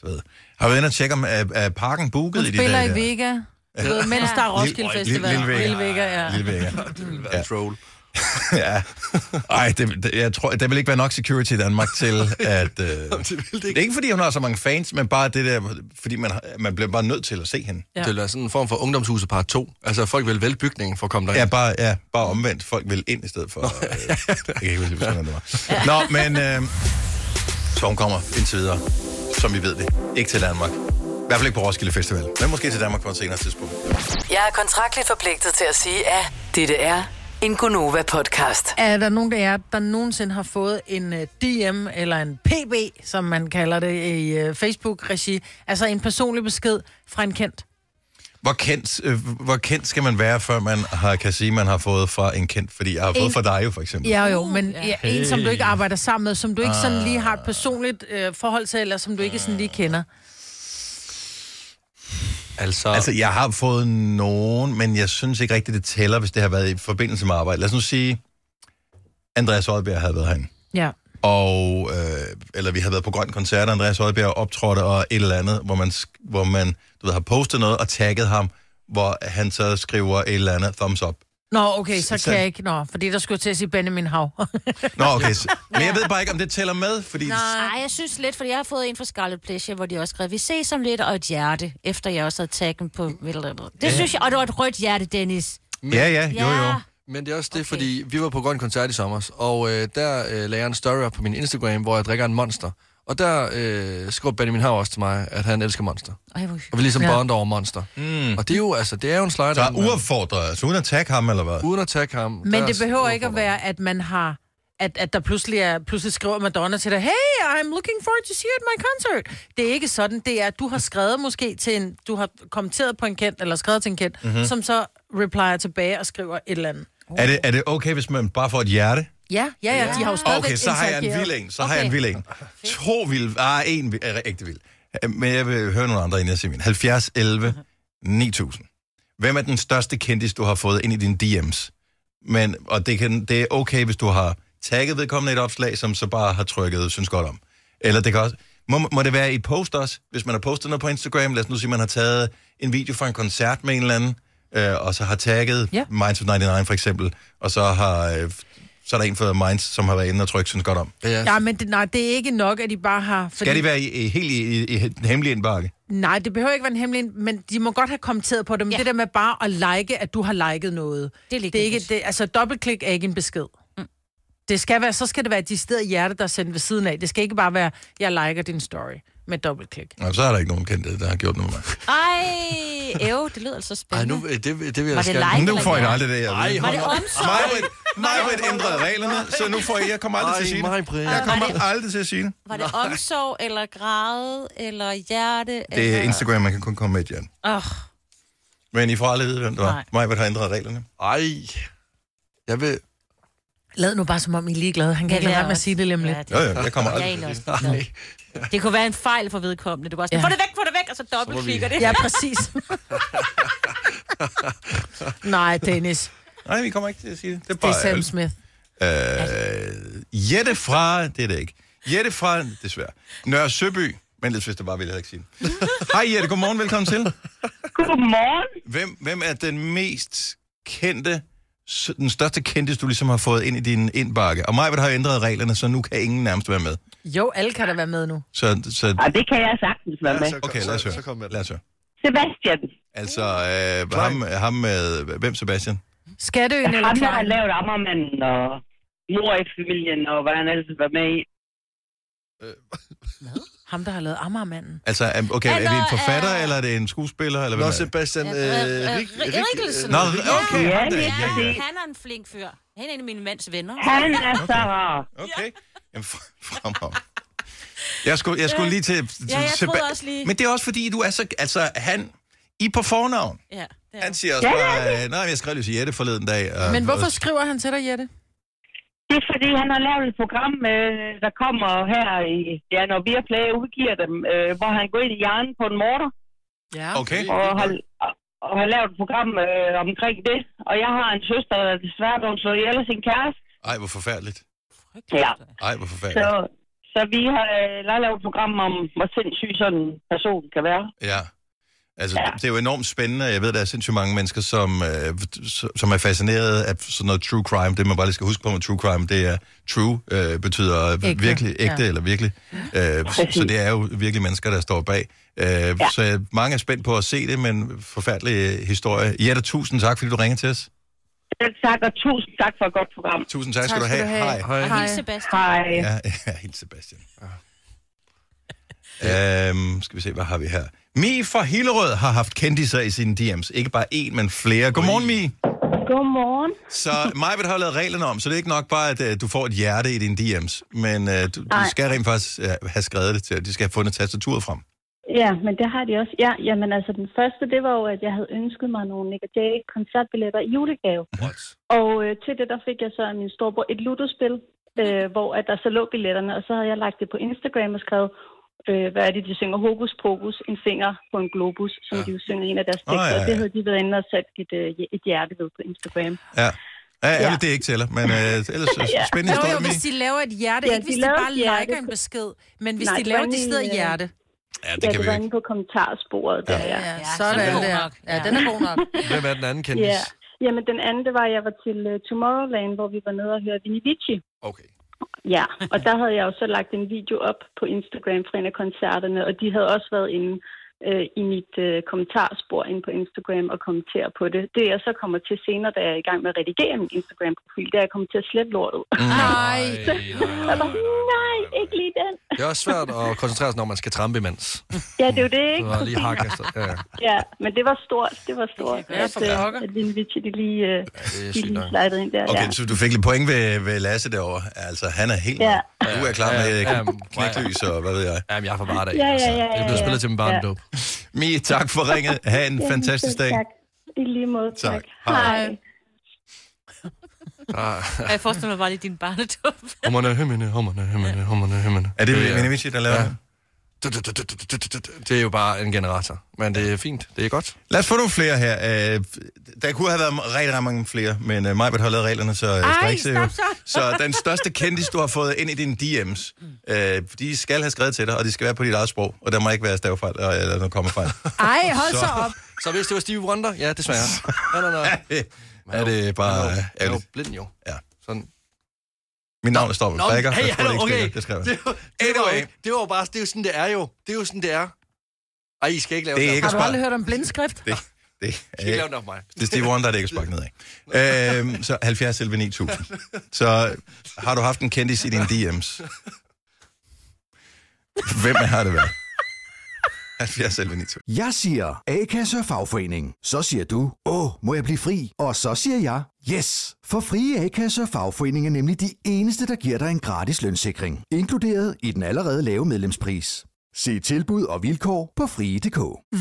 A: du ved, har været inde og tjekke, om er, er parken booket
B: Hun
A: i de
B: spiller
A: dage
B: i
A: der?
B: Vega,
A: Ja.
B: du ved, mens der er
A: Lille-
B: Roskilde
A: Lille-
B: Festival.
A: Lille Vega.
B: ja.
A: Lille Vega.
C: Ja. Troll.
A: ja. Ej, det, det, jeg tror, der vil ikke være nok security i Danmark til, at... Øh, det,
C: det,
A: er ikke, fordi hun har så mange fans, men bare det der, fordi man, har- man bliver bare nødt til at se hende.
B: Ja.
C: Det er sådan en form for ungdomshuset part 2. Altså, folk vil vælge bygningen for at komme derind.
A: Ja, bare, ja, bare omvendt. Folk vil ind i stedet for... Øh, jeg kan ikke huske, hvordan det var. Nå, men... Øh, så hun kommer indtil videre, som vi ved det, ikke til Danmark. I hvert fald ikke på Roskilde Festival, men måske til Danmark på et senere tidspunkt.
G: Jeg er kontraktligt forpligtet til at sige, at dette er en Gunova-podcast.
B: Er der nogen af jer, der nogensinde har fået en øh, DM eller en PB, som man kalder det i øh, Facebook-regi? Altså en personlig besked fra en kendt.
A: Hvor kendt, øh, hvor kendt skal man være, før man har, kan sige, man har fået fra en kendt? Fordi jeg har fået
B: En-
A: fra dig jo, for eksempel.
B: Ja jo, men ja, en, som du ikke
A: Hey.
B: arbejder sammen med, som du ikke sådan
A: Ah.
B: lige har et personligt øh, forhold til, eller som du ikke sådan lige kender.
C: Altså,
A: Altså, jeg har fået nogen, men jeg synes ikke rigtigt, det tæller, hvis det har været i forbindelse med arbejde. Lad os nu sige, Andreas Oddbjerg havde været herinde.
B: Ja.
A: Og, øh, eller vi havde været på Grøn Koncert, og Andreas Oddbjerg optrådte og et eller andet, hvor man, sk- hvor man du ved, har postet noget og tagget ham, hvor han så skriver et eller andet thumbs up.
B: Nå, okay, så
A: Så-
B: kan jeg ikke. Nå, fordi der skulle jeg til at sige Benjamin Hav.
A: Nå, okay. Så, men jeg ved bare ikke, om det tæller med, fordi...
E: Nej, jeg synes lidt, for jeg har fået en fra Scarlet Pleasure, hvor de også skrev, vi ses om lidt, og et hjerte, efter jeg også havde taget dem på... et eller andet. Det
A: Mm. Ja.
E: synes jeg, og det var et rødt hjerte, Dennis.
A: Ja, ja, jo, jo.
C: Men det er også det, okay. fordi vi var på Grøn Koncert i sommer, og øh, der øh, lagde jeg en story op på min Instagram, hvor jeg drikker en monster. Og der øh, skrev Benjamin Hav også til mig, at han elsker monster.
E: Ej, hvor
C: Og vi ligesom
B: Ja.
C: ja. bonder over monster. Mm. Og det er jo, altså, det er jo en slider.
A: Så uopfordret, altså uden at tagge ham, eller hvad?
C: Uden at tagge ham.
B: Men
C: der
B: det
C: er-
B: behøver ikke at være, at man har at, at der pludselig, er, pludselig skriver Madonna til dig, hey, I'm looking forward to see you at my concert. Det er ikke sådan, det er, at du har skrevet måske til en, du har kommenteret på en kendt, eller skrevet til en kendt, mm-hmm. som så replyer tilbage og skriver et eller andet.
A: Mhm. Er det, er det okay, hvis man bare får et hjerte?
B: Ja, ja, ja, de har jo stadigvæk
A: Okay, så har jeg en vild en. Så har jeg en vild
B: Ah,
A: en. To vild. Ah, en vild. Er ægte vild. Men jeg vil høre nogle andre, inden jeg siger min. 70, 11,
B: Mhm.
A: 9000. Hvem er den største kendis, du har fået ind i dine DM's? Men, og det, kan, det er okay, hvis du har tagget vedkommende i et opslag, som så bare har trykket, synes godt om. Eller det kan også... Må, må det være i et post også? Hvis man har postet noget på Instagram, lad os nu sige, man har taget en video fra en koncert med en eller anden, øh, og så har tagget
B: Ja.
A: ja. Minds of 99 for eksempel, og så har øh, så er der en fra Minds, som har været inde og trykke, synes godt om.
C: Ja,
B: Ja, men det, nej, det er ikke nok, at de bare har... Fordi,
A: Skal de være i, i, helt i, i, i den hemmelige indbakke?
B: Nej, det behøver ikke være en hemmelig, men de må godt have kommenteret på det. Men ja. det der med bare at like, at du har liket noget.
E: Det er
B: Det er ikke, det, altså dobbeltklik er ikke en besked. Mm. Det skal være, så skal det være de steder hjerte, der er sendt ved siden af. Det skal ikke bare være, jeg liker din story med dobbeltklik.
A: Nå, så er der ikke nogen kendte, der har gjort noget med mig.
E: Ej, ev, det lyder altså
C: Ej,
E: spændende.
C: nu, øh, det, det vil
E: Var
C: jeg
E: det
C: skal...
E: live?
A: Nu får I
E: eller
A: aldrig det, jeg
C: Ej,
A: ved.
E: Var
C: hold
E: det
C: op.
E: omsorg?
A: Majbrit ændrede reglerne, så nu får I, jeg kommer aldrig til at sige
C: Ej, mig,
A: det.
C: Brian.
A: Jeg kommer aldrig til at sige det.
E: Var det omsorg, eller græde, eller hjerte?
A: Det er
E: eller...
A: Instagram, man kan kun komme med et, Jan.
E: Oh,
A: Men I får aldrig vide, hvem det var.
B: Nej.
A: Majbrit har ændret reglerne.
C: Ej. Jeg vil...
B: Lad nu bare, som om I er ligeglade. Han kan
E: Ja,
B: ikke
E: det
B: lade
E: er
B: være med at
E: også-
B: sige det lige om lidt.
E: ja, det,
A: Jo, jo, jeg kommer
E: jeg er
A: aldrig.
E: egentlig også ligeglad. Det kunne være en fejl for vedkommende. Det var også,
B: Ja.
E: ja. få det væk, få det væk, og så dobbeltklikker det.
B: Ja, præcis. Nej, Dennis.
A: Nej, vi kommer ikke til at sige det. Det er
B: Det
A: bare
B: er Sam
A: ærgerligt.
B: Smith.
A: øh, Jette fra... Det er det ikke. Jette fra, desværre, Nørre Søby. Men det hvis det bare ville jeg ikke sige det. Hej Jette, godmorgen, velkommen til.
L: Godmorgen.
A: Hvem, hvem er den mest kendte, s- den største kendte, du ligesom har fået ind i din indbakke? Og mig har jo ændret reglerne, så nu kan ingen nærmest være med.
B: Jo, alle kan da være med nu.
A: Så, så
L: Og det kan jeg sagtens være med.
C: så-
A: okay, lad os
C: så kom med
A: høre.
C: det.
A: Lad os høre.
L: Sebastian,
A: Altså, øh, ham, ham med... Hvem, Sebastian?
B: Skatteøen eller
L: ham der har
B: Klein?
L: lavet Ammermanden og mor i familien, og hvad han altid var med i.
B: Ham, der har lavet Amagermanden.
A: Altså, er- okay, er det en forfatter, eller er det en skuespiller? Eller Nå,
C: Sebastian... Øh,
E: Rikkelsen.
A: Nå, okay.
E: ja,
A: ham der,
E: ja,
A: ja, ja.
E: Han er en flink fyr. Han er en af mine mands venner.
L: Han er så rar.
A: Okay. Jamen, fre- fremragende. Jeg skulle, jeg skulle lige til...
E: Ja, jeg
A: til-
E: troede også lige-
A: Men det er også fordi, du er så... Altså, han... I er på fornavn.
E: Ja, det er.
A: Han siger også
B: Ja,
A: bare...
B: det er
A: øh, Nej, jeg skrev lige til Jette forleden dag. Og,
B: Men hvorfor
A: og-
B: skriver han til dig, Jette?
L: Det er fordi, han har lavet et program, øh, der kommer her i, ja, når vi udgiver dem, øh, hvor han går ind i hjernen på en morter.
B: Ja.
A: Okay.
L: Og har, og- og har lavet et program øh, omkring det. Og jeg har en søster, der er desværre blev slået ihjel af sin kæreste.
A: Ej, hvor forfærdeligt.
L: Ja.
A: Ej, hvor
L: Så,
A: forfærdeligt.
L: så vi har øh, lavet et program om, hvor sindssyg sådan en person kan være.
A: Ja. Altså, det er jo enormt spændende. Jeg ved, der er sindssygt mange mennesker, som, øh, s- som er fascineret af sådan noget true crime. Det, man bare lige skal huske på med true crime, det er true, øh, betyder ægte.
M: Ægte,
A: virkelig ægte
M: ja.
A: eller virkelig. Øh, så, så det er jo virkelig mennesker, der står bag. Øh, ja. Så jeg- mange er spændt på at se det, men forfærdelig øh, historie. Jette, tusind tak, fordi du ringede til os.
L: Selv tak, og tusind tak for et godt program.
A: Tusind tak, skal du have. Hej. Ah.
E: Og hils Sebastian.
L: Hej.
A: Ja, ja helt Sebastian. Ja. Øhm, skal vi se, hvad har vi her? Mi fra Hillerød har haft kendiser i sine DM's. Ikke bare én, men flere. Godmorgen, Mi.
N: Godmorgen.
A: Så Majbet har lavet reglerne om, så det er ikke nok bare, at øh, du får et hjerte i dine DM's. Men øh, du, du
N: Nej.
A: skal rent faktisk øh, have skrevet det til, og de skal have fundet tastaturet frem.
N: Ja, men det har de også. Ja, jamen altså den første, det var jo, at jeg havde ønsket mig nogle Nick Jay koncertbilletter i julegave.
C: What?
N: Og øh, til det, der fik jeg så af min storbror et ludospil, øh, hvor at der så lå billetterne, og så havde jeg lagt det på Instagram og skrevet, øh, hvad er det, de synger? Hokus pokus, en finger på en globus, som ja. de jo synger i en af deres
A: Åh,
N: tekster. Oh,
A: ja, ja,
N: Ah. ja. Det
A: ja.
N: havde de været inde og sat et, øh, et hjerte ved på Instagram.
A: Ja. Ja, ærligt, det ikke tæller, men øh, ellers øh, spændende
B: Jo,
A: historie,
B: jo,
A: Mi.
B: hvis de laver et hjerte,
N: Ja,
B: ja, ikke
N: de
B: hvis de,
N: laver
B: bare
N: et hjerte.
B: liker en besked, men hvis
N: Nej,
B: de
N: det
B: laver
N: var
B: et
N: inde i,
B: decideret
N: øh,
B: hjerte.
A: Ja,
N: det, ja, det var inde på kommentarsporet. Der, ja.
B: Ja, sådan
N: den er god
B: der.
N: nok.
B: Ja, den er god nok.
C: Hvem er den anden kendis?
N: Ja. Jamen, den anden, det var, at jeg var til uh, Tomorrowland, hvor vi var nede og hørte Vinnie Vici.
C: Okay.
N: Ja, og der havde jeg jo så lagt en video op på Instagram fra en af koncerterne, og de havde også været inde øh, i mit øh, kommentarspor inde på Instagram og kommentere på det. Det, jeg så kommer til senere, da jeg er i gang med at redigere min Instagram-profil, det er, at jeg kommer til at slette lortet.
C: Nej.
N: jeg bare, nej, ikke lige den.
C: Det er også svært at koncentrere sig, når man skal trampe imens.
N: Ja, det er jo det,
C: Du
N: ikke?
C: har lige hakket. Ja, ja.
N: Ja, men det var stort, det var stort,
B: jeg godt
N: at,
B: forstå.
N: øh, at Vinnie Vici, de lige, øh,
C: er
N: de
C: sygt
N: lige
C: nok.
N: slidede ind der.
A: Okay,
N: ja.
A: så du fik lidt point ved, ved Lasse derovre. Altså, han er helt...
N: Ja.
A: Du er klar med
C: Ja, ja,
A: ja,
C: ja.
A: knæklys og hvad ved jeg.
C: Jamen, jeg er for bare
N: Ja, ja, ja, ja,
C: Det blev
N: ja.
C: spillet til min barndom.
A: Mi, tak for ringet. Ha' en
N: Jamen,
A: fantastisk
N: selv
A: dag.
N: Tak. I lige måde.
A: Tak.
N: Hej.
C: Ah.
E: Og jeg forestiller mig bare lige din barnetop.
C: Hummerne, hømmerne, hummerne, hømmerne, hummerne, hømmerne.
A: Er det Vinnie der laver det?
C: Du, du, du, du, du, du, du, du. Det er jo bare en generator. Men det er fint. Det er godt.
A: Lad os få nogle flere her. Øh, Der kunne have været rigtig, rigtig mange flere, men øh, Majbert har lavet reglerne, så jeg skal
M: Ej,
A: ikke se
M: stop
A: ud.
M: så.
A: Så den største kendis, du har fået ind i dine DM's, øh, de skal have skrevet til dig, og de skal være på dit eget sprog, og der må ikke være stavefejl øh, eller noget kommafejl.
B: Ej, hold så op.
C: Så hvis det var Stevie Wonder, ja, desværre. Nej, nej, nej.
A: er det bare
C: Han er jo- han er jo
A: ærgerligt.
C: blind jo.
A: Ja.
C: Sådan.
A: Mit navn er Stoffer
C: men-
A: Bakker.
C: hey,
A: jeg tror,
C: hallo,
A: det ikke
C: okay.
A: stikker. Det skrev jeg.
C: Det, var- det, var, jo- det var jo bare, det er jo sådan, det er jo. Det er jo sådan, det er. Ej, I skal ikke lave
A: Det er
C: der.
A: ikke
B: Har du aldrig hørt om blindskrift?
A: Det, det
C: I skal ikke lave den om mig.
A: Det er Steve Wonder, der er det ikke sparket nedad. Øhm, så 70 selv 9000. Så har du haft en kendis i dine DM's? Hvem har det været? 70 selv 9000.
O: Jeg siger A-kasse og fagforening. Så siger du, åh, må jeg blive fri? Og så siger jeg, yes! For frie A-kasse og fagforening er nemlig de eneste, der giver dig en gratis lønssikring. Inkluderet i den allerede lave medlemspris. Se tilbud og vilkår på frie.dk.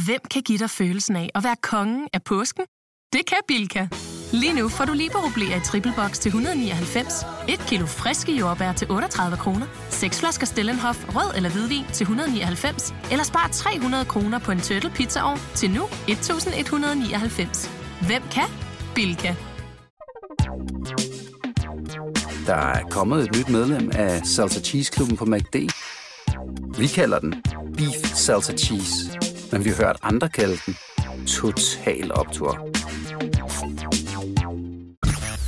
P: Hvem kan give dig følelsen af at være kongen af påsken? Det kan Bilka! Lige nu får du liberobleer i triple box til 199, et kilo friske jordbær til 38 kroner, seks flasker Stellenhof rød eller hvidvin til 199, eller spar 300 kroner på en turtle pizzaovn til nu 1199. Hvem kan? Bilka!
Q: Der er kommet et nyt medlem af Salsa Cheese Klubben på MACD. Vi kalder den Beef Salsa Cheese, men vi har hørt andre kalde den Total Optor.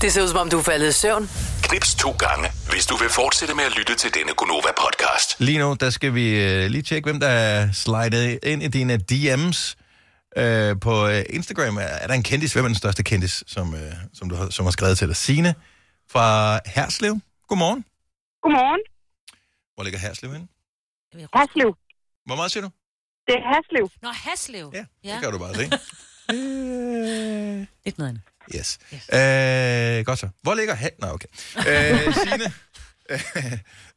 G: Det ser ud som om, du er faldet i søvn.
F: Knips to gange, hvis du vil fortsætte med at lytte til denne Gonova-podcast.
A: Lige nu, der skal vi øh, lige tjekke, hvem der er slidet ind i dine DM's. Øh, på øh, Instagram er, er der en kendis. Hvem er den største kendis, som, øh, som, du har, som har skrevet til dig? Signe fra Herslev. Godmorgen.
L: Godmorgen.
A: Hvor ligger Herslev henne?
L: Haslev.
A: Hvor meget siger du?
L: Det er Haslev.
E: Nå, Haslev. Ja,
A: Ja. Det Øh, kan du bare se.
E: Lidt noget andet.
A: Yes. yes. Øh, godt så. Hvor ligger han? Nå, okay. Øh, Signe, øh,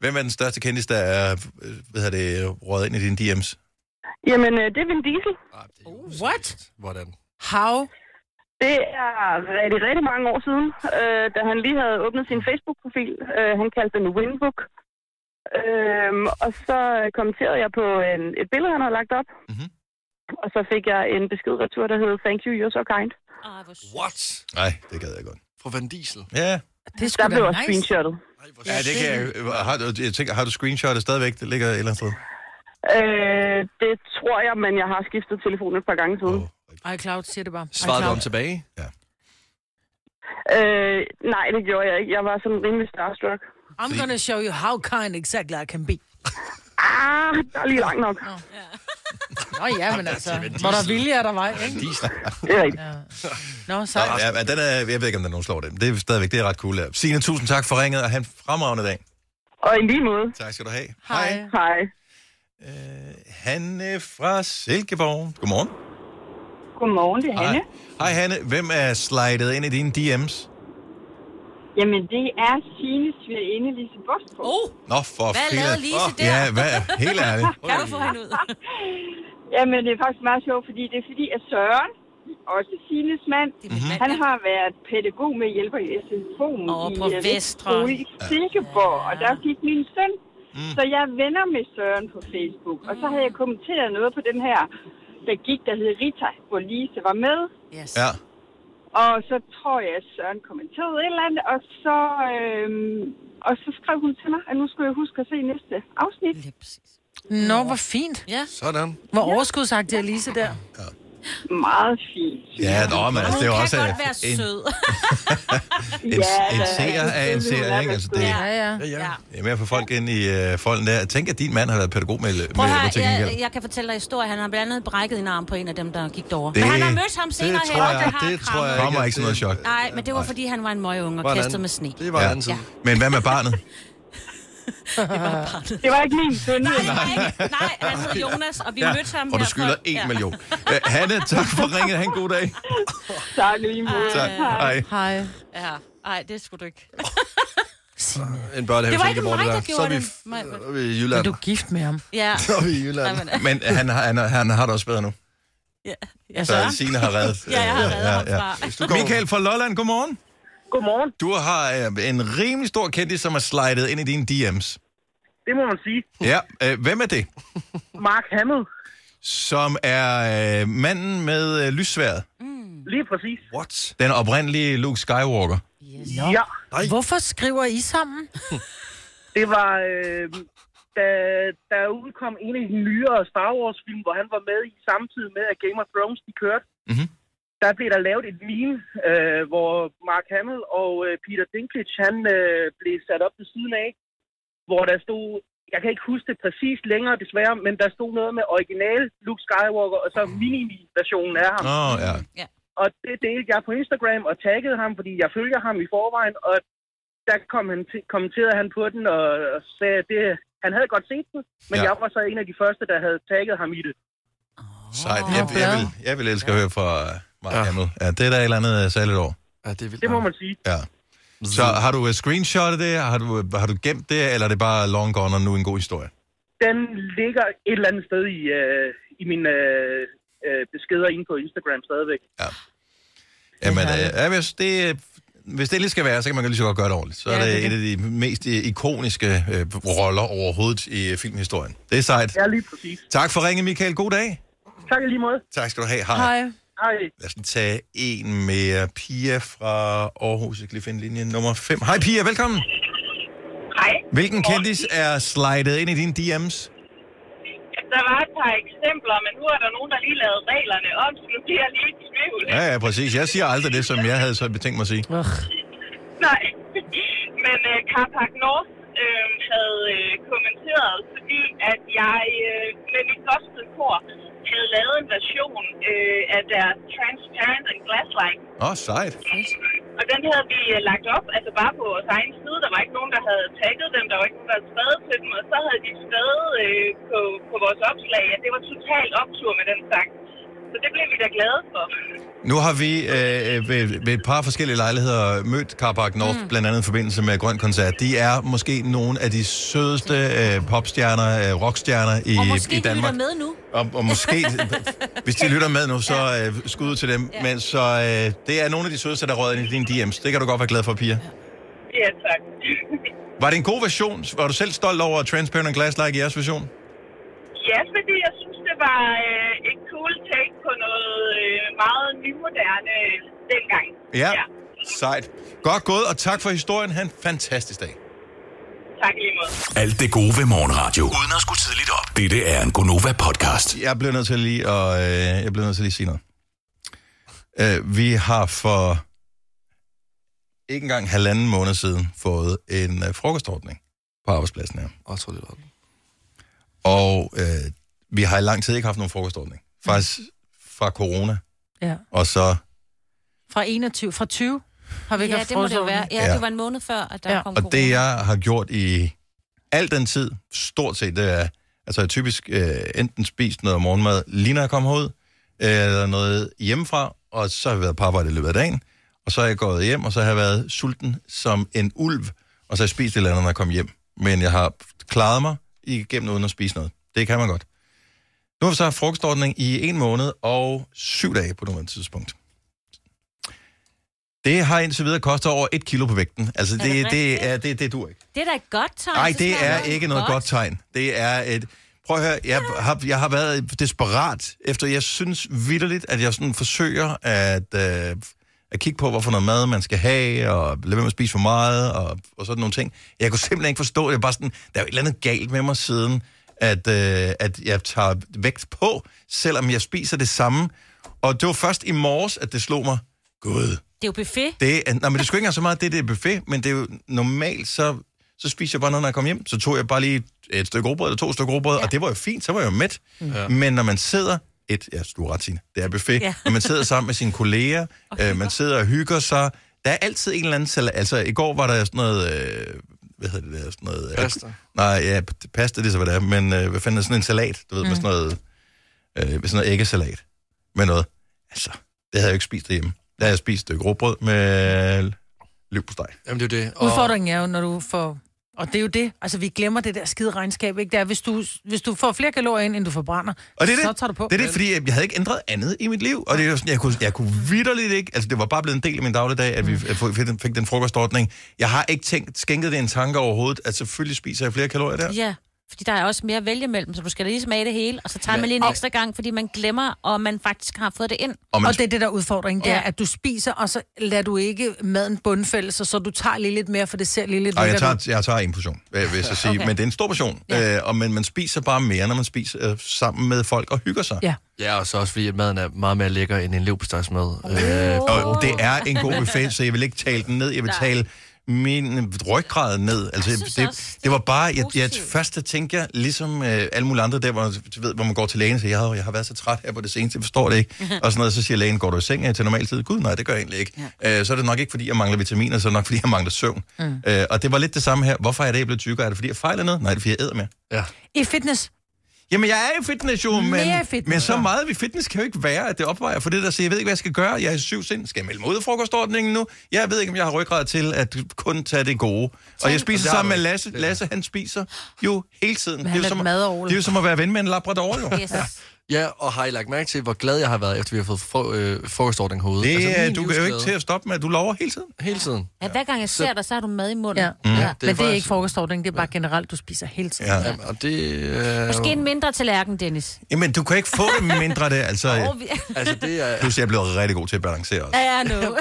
A: hvem er den største kendis, der er øh, hvad hedder det, røget ind i dine DM's?
L: Jamen, øh, det er Vin Diesel.
B: What?
C: Hvordan?
B: How?
L: Det er rigtig, rigtig mange år siden, øh, da han lige havde åbnet sin Facebook-profil. Øh, han kaldte den Winbook. Øhm, og så øh, kommenterede jeg på en, et billede, han havde lagt op. Mm-hmm. Og så fik jeg en besked retur, der hed Thank you, you're so kind.
C: What?
A: Nej, det gad jeg godt.
C: Fra Van Diesel?
A: Ja.
B: Det
L: der blev også screenshottet.
A: Ja, det kan jeg. Har du, jeg tænker, har du screenshotet stadigvæk? Det ligger et eller andet sted.
L: Øh, det tror jeg, men jeg har skiftet telefonen et par gange siden.
B: iCloud siger det bare.
C: Svarede du
B: iCloud.
C: om tilbage?
A: Ja.
L: Øh, nej, det gjorde jeg ikke. Jeg var sådan rimelig starstruck.
B: I'm gonna show you how kind exactly I can be.
L: Ah, der er lige langt nok.
B: Nå, Nå ja, men altså, hvor der er vilje er der vej, ikke?
L: Det er rigtigt.
B: Nå, sejt.
A: Nej, ja, men den er, jeg ved ikke, om der er nogen der slår det. Det er stadigvæk det er ret cool. Ja. Signe, tusind tak for ringet, og han fremragende dag.
L: Og i lige måde.
A: Tak skal du have.
B: Hej.
L: Hej.
A: Hanne fra Silkeborg. Godmorgen.
M: Godmorgen, det er Hanne.
A: Hej. Hej Hanne. Hvem er slidet ind i dine DM's?
M: Jamen, det er Sines svigerinde, Lise Bostrup. Oh,
A: Nå, for
M: Hvad
A: filan-
M: lavede Lise
A: Åh,
M: der?
A: Ja, hvad? Helt ærligt.
M: kan du få hende ud? Jamen, det er faktisk meget sjovt, fordi det er fordi, at Søren, også Sines mand,
A: mand,
M: han har været pædagog med hjælper i SFO'en
E: Åh,
M: i
E: på
M: øh,
E: Vestre.
M: Vestskole i Silkeborg, og der gik min søn.
A: Mm.
M: Så jeg er venner med Søren på Facebook, og så havde jeg kommenteret noget på den her, der gik, der hed Rita, hvor Lise var med.
E: Yes.
A: Ja.
M: Og så tror jeg, at Søren kommenterede et eller andet, og så, øhm, og så skrev hun til mig, at nu skulle jeg huske at se næste afsnit.
B: Nå, hvor fint.
E: Ja.
C: Sådan.
B: Hvor overskudsagtig er Lise der.
M: Meget fint.
A: Ja, nå, men altså, det er jo også en, en, en, en seer af en seer, ikke? Altså, det,
E: Ja,
B: ja.
E: ja.
A: det er mere for folk ind i øh, folden der. Tænk, at din mand har været pædagog med, med
E: Prøv at høre,
A: teknikken.
E: jeg, jeg kan fortælle dig en historie. Han har blandt andet brækket en arm på en af dem, der gik derover.
A: Det-
E: Men han har mødt ham senere
A: det
E: hen,
A: tror
E: og
A: jeg-
E: det har
A: det tror
E: krammet.
A: jeg ikke, Kommer ikke sådan noget chok.
E: Nej, men det var, fordi han var en møgeunge og
A: Hvordan?
E: kastet med sne.
C: Det var en anden tid.
A: Men hvad med barnet?
M: Det var ikke min søn.
E: Nej, det var ikke. Nej, han hed Jonas, og vi
A: Ja,
E: mødte ham
A: Og du
E: herfra.
A: skylder en
E: Ja.
A: million. Øh, Hanne, tak for ringet. Ha' en god dag.
M: Tak lige måde.
A: Tak. Hej.
B: Hej.
E: Ja, ej, det skulle du ikke.
C: En børnehave
E: Det var
C: i
E: ikke
C: Silkeborg,
E: mig,
C: der.
E: der
C: Så
E: gjorde
C: er vi, f-
E: det.
C: så er vi i Jylland.
B: Men du er gift med ham.
E: Ja.
C: Så er vi i Jylland.
E: Jamen,
A: Men han, har- han, har- han har det også bedre nu.
E: Ja,
A: Så Signe har reddet.
E: Ja, jeg har reddet ham
A: ja.
E: fra.
A: Michael fra Lolland, godmorgen.
R: Godmorgen.
A: Du har øh, en rimelig stor kendis, som er slidet ind i dine DM's.
R: Det må man sige.
A: Ja, øh, hvem er det?
R: Mark Hamill.
A: Som er øh, manden med øh, lyssværet.
B: Hmm.
R: Lige præcis.
C: What?
A: Den oprindelige Luke Skywalker.
R: Ja.
C: Nej.
B: Hvorfor skriver I sammen?
R: Det var, øh, da der udkom en af de nyere Star Wars-film, hvor han var med i samtidig med, at Game of Thrones de kørte.
A: Mhm.
R: Der blev der lavet et meme, øh, hvor Mark Hamill og øh, Peter Dinklage, han øh, blev sat op ved siden af, hvor der stod, jeg kan ikke huske det præcis længere desværre, men der stod noget med original Luke Skywalker, og så mini-versionen af ham.
A: Åh, oh, Mhm. ja.
R: Og det delte jeg på Instagram og taggede ham, fordi jeg følger ham i forvejen, og der kom han til, kommenterede han på den og, og sagde, at det, han havde godt set den, men
A: Ja.
R: ja. jeg var så en af de første, der havde tagget ham i det.
A: Sejt. Jeg, jeg, jeg, vil, jeg vil elske at høre fra øh, Mark ja. Hamill. Ja, det er der et eller andet øh, særligt over.
C: Ja, det er vildt.
R: Det må man sige.
A: Ja. Så har du øh, screenshotet det? Har du, øh, har du gemt det? Eller er det bare long gone og nu en god historie?
R: Den ligger et eller andet sted i, øh, i mine øh, øh, beskeder inde på Instagram stadigvæk.
A: Jamen, øh, ja, hvis, det, øh, hvis det lige skal være, så kan man lige så godt gøre det ordentligt. Så ja,
R: Ja,
A: er det,
R: det er
A: en af de mest øh, ikoniske øh, roller overhovedet i øh, filmhistorien. Det er sejt.
R: Ja, lige præcis.
A: Tak for ringen, Michael. God dag.
R: Tak i lige måde.
A: Tak skal du have. Hej.
R: Hej.
A: Lad os lige tage en mere. Pia fra Aarhus. Jeg kan lige finde linje nummer 5. Hej Pia, velkommen.
S: Hej.
A: Hvilken kendis er slidet ind i dine DM's?
S: Der var et par eksempler, men nu er der nogen, der lige lavede reglerne om, så nu bliver jeg lige i tvivl.
A: Ja, ja, præcis. Jeg siger aldrig det, som jeg havde så betænkt mig at sige.
S: Nej. Men øh, Carpac North øh, havde øh, kommenteret, fordi at jeg øh, med mit gospelkor havde lavet en version øh, af deres Transparent and Glass-like.
A: Åh, oh, sejt.
S: Og den havde vi øh, lagt op, altså bare på vores egen side. Der var ikke nogen, der havde tagget dem, der var ikke nogen, der havde skrevet til dem. Og så havde de skrevet øh, på, på vores opslag, at det var total optur med den sang. Så det blev vi da glade for.
A: Nu har vi øh, ved, ved et par forskellige lejligheder mødt Carpark North, mm. blandt andet i forbindelse med Grøn Koncert. De er måske nogle af de sødeste øh, popstjerner, øh, rockstjerner i,
E: Og måske de
A: i
E: lytter
A: Danmark.
E: med nu.
A: Og, og måske, hvis de lytter med nu, så øh, skud til dem. Men så øh, det er nogle af de sødeste, der rød ind i dine DM's. Det kan du godt være glad for, Pia.
S: Ja, tak.
A: Var det en god version? Var du selv stolt over Transparent and Glass Like i jeres version?
S: ja, fordi jeg synes, det var øh, et cool take på noget øh, meget nymoderne øh, dengang.
A: Ja. ja. Sejt. Godt gået, og tak for historien. Han fantastisk dag.
S: Tak i lige måde.
F: Alt det gode ved morgenradio. Uden at skulle tidligt op. Dette er en Gonova-podcast.
A: Jeg bliver nødt til lige at, øh, jeg bliver nødt til lige at sige noget. Øh, vi har for ikke engang halvanden måned siden fået en øh, frokostordning på arbejdspladsen her.
C: Og tror, det var den.
A: Og øh, vi har i lang tid ikke haft nogen frokostordning. Faktisk fra corona,
B: Ja.
A: og så...
B: Fra 21, fra 20 har vi ikke
E: ja,
B: haft
E: det må det jo
B: frosåbning.
E: være. Ja,
A: Ja.
E: det var en måned før, at der ja. kom
A: Og det, jeg har gjort i al den tid, stort set, det er, altså jeg har typisk øh, enten spist noget morgenmad, lige når jeg kommer ud, øh, eller noget hjemmefra, og så har jeg været på arbejde i løbet af dagen, og så er jeg gået hjem, og så har jeg været sulten som en ulv, og så har jeg spist et eller andet, når jeg kom hjem. Men jeg har klaret mig igennem uden at spise noget. Det kan man godt. Nu har vi så haft frokostordning i en måned og syv dage på nuværende tidspunkt. Det har indtil videre kostet over et kilo på vægten. Altså,
E: Er det
A: det, det,
E: rigtigt?
A: er, det, det dur ikke.
E: Det er da et godt tegn.
A: Nej,
E: så
A: det
E: smager
A: er
E: maden
A: ikke noget godt tegn. Det er et... Prøv at høre, jeg har, jeg har været desperat efter... Jeg synes vidderligt, at jeg sådan forsøger at, øh, at kigge på, hvorfor noget mad man skal have, og lade være med at spise for meget, og, og sådan nogle ting. Jeg kunne simpelthen ikke forstå det. Jeg er bare sådan, der er jo et eller andet galt med mig siden, at, øh, at jeg tager vægt på, selvom jeg spiser det samme. Og det var først i morges, at det slog mig. Gud,
E: Det er jo buffet.
A: det er, nej, men det er sgu ikke engang så meget, det, det er buffet, men det er jo normalt, så, så spiser jeg bare noget, når jeg kom hjem. Så tog jeg bare lige et stykke råbrød eller to stykker råbrød, ja. Mm. og det var jo fint, så var jeg jo mæt.
C: Ja.
A: Ja. Men når man sidder, et, ja, du har ret, Signe, det er buffet,
C: Ja.
A: ja. når man sidder sammen med sine kolleger, øh, man sidder og hygger sig, der er altid en eller anden salat. Altså, i går var der sådan noget, øh, hvad hedder det der, sådan noget... øh,
C: Pasta.
A: Nej, ja, p- pasta, det er så, hvad det er, men øh, hvad fanden er sådan en salat, du ved, mm. med sådan noget, øh, med sådan noget æggesalat, med noget. Altså, det havde jeg jo ikke spist derhjemme. Der havde jeg spist et stykke råbrød med liv på steg.
C: Jamen, det er jo det.
B: Udfordringen er jo, når du får... Og det er jo det. Altså, vi glemmer det der skide regnskab, ikke? Det er, hvis du, hvis du får flere kalorier ind, end du forbrænder,
A: Og det er det.
B: så tager du på.
A: Det er det, fordi jeg, jeg havde ikke ændret andet i mit liv. Og det er jo sådan, jeg kunne, jeg kunne vidderligt ikke... Altså, det var bare blevet en del af min dagligdag,
B: Mm.
A: at vi f- fik den, fik den frokostordning. Jeg har ikke tænkt, skænket det en tanke overhovedet, at selvfølgelig spiser jeg flere kalorier der.
E: Ja, fordi der er også mere at vælge mellem, så du skal da lige smage det hele, og så tager
A: Ja.
E: man lige en
A: Og-
E: ekstra gang, fordi man glemmer, og man faktisk har fået det ind.
A: Og man-
B: Og det er det, der er udfordringen, det er, at du spiser, og så lader du ikke maden bundfælde sig, så du tager lige lidt mere, for det ser lige lidt
A: Ej, jeg
B: lækkert ud.
A: tager, jeg tager en portion, øh, vil jeg så sige.
B: Okay.
A: Okay. Men det er en stor portion. Ja. Øh, og man, man spiser bare mere, når man spiser øh, sammen med folk og hygger sig.
B: Ja.
C: Ja, og så også fordi, at maden er meget mere lækker end en leverpostejsmad.
A: Øh, og det er en god buffet, så jeg vil ikke tale den ned. Jeg vil
C: Nej.
A: tale min ryggrad ned. Altså, det, det, det var bare, jeg, jeg først der tænkte jeg, ligesom øh, alle mulige andre der, hvor, du ved, hvor man går til lægen, så jeg, har- jeg har været så træt her på det seneste, jeg forstår det ikke. og sådan noget, så siger lægen, går du i seng her til normal tid? Gud, nej, det gør jeg egentlig ikke. Øh, så er det nok ikke, fordi jeg mangler vitaminer, så er det nok, fordi jeg mangler søvn. Mm. Øh, og det var lidt det samme her. Hvorfor er det, jeg blevet tykkere? Er det, fordi jeg fejler noget? Nej, det er, fordi jeg æder mere.
C: Ja.
B: I fitness.
A: Jamen, jeg er i fitness jo, men,
B: Mere i fitness,
A: men så
B: ja.
A: meget ved fitness kan jo ikke være, at det opvejer for det der, så jeg ved ikke, hvad jeg skal gøre. Jeg er i syv sind. Skal jeg melde mig ud af frokostordningen nu? Jeg ved ikke, om jeg har ryggrad til at kun tage det gode. Og jeg spiser
C: Det har
A: sammen med
C: du ikke.
A: Lasse. Lasse, han spiser jo hele tiden.
C: han
A: det, er jo
C: er
A: som,
C: mad-
A: det er jo som at være ven med en labrador, jo.
C: Yes. Ja, og har I lagt mærke til, hvor glad jeg har været, efter vi har fået fro- øh, frokostordning hovedet?
A: Det, er-
C: min
A: du er jo ikke
C: livsglæde-
A: til at stoppe med. Du lover hele tiden.
C: Hele tiden.
E: Ja, hver gang jeg
C: Så-
E: ser dig, så har du mad i munden. Ja.
B: Mm. Ja,
C: Ja, det er
B: men det er
C: faktisk-
B: ikke frokostordning, det er bare generelt, du spiser hele tiden.
A: Ja.
C: Jamen, og det... Øh...
E: Måske en mindre tallerken, Dennis.
A: Jamen, du kan ikke få det mindre det, altså.
E: Åh, vi-
C: Altså, det er...
A: Plus, jeg er blevet rigtig god til at balancere også.
E: Ja, ja, nu.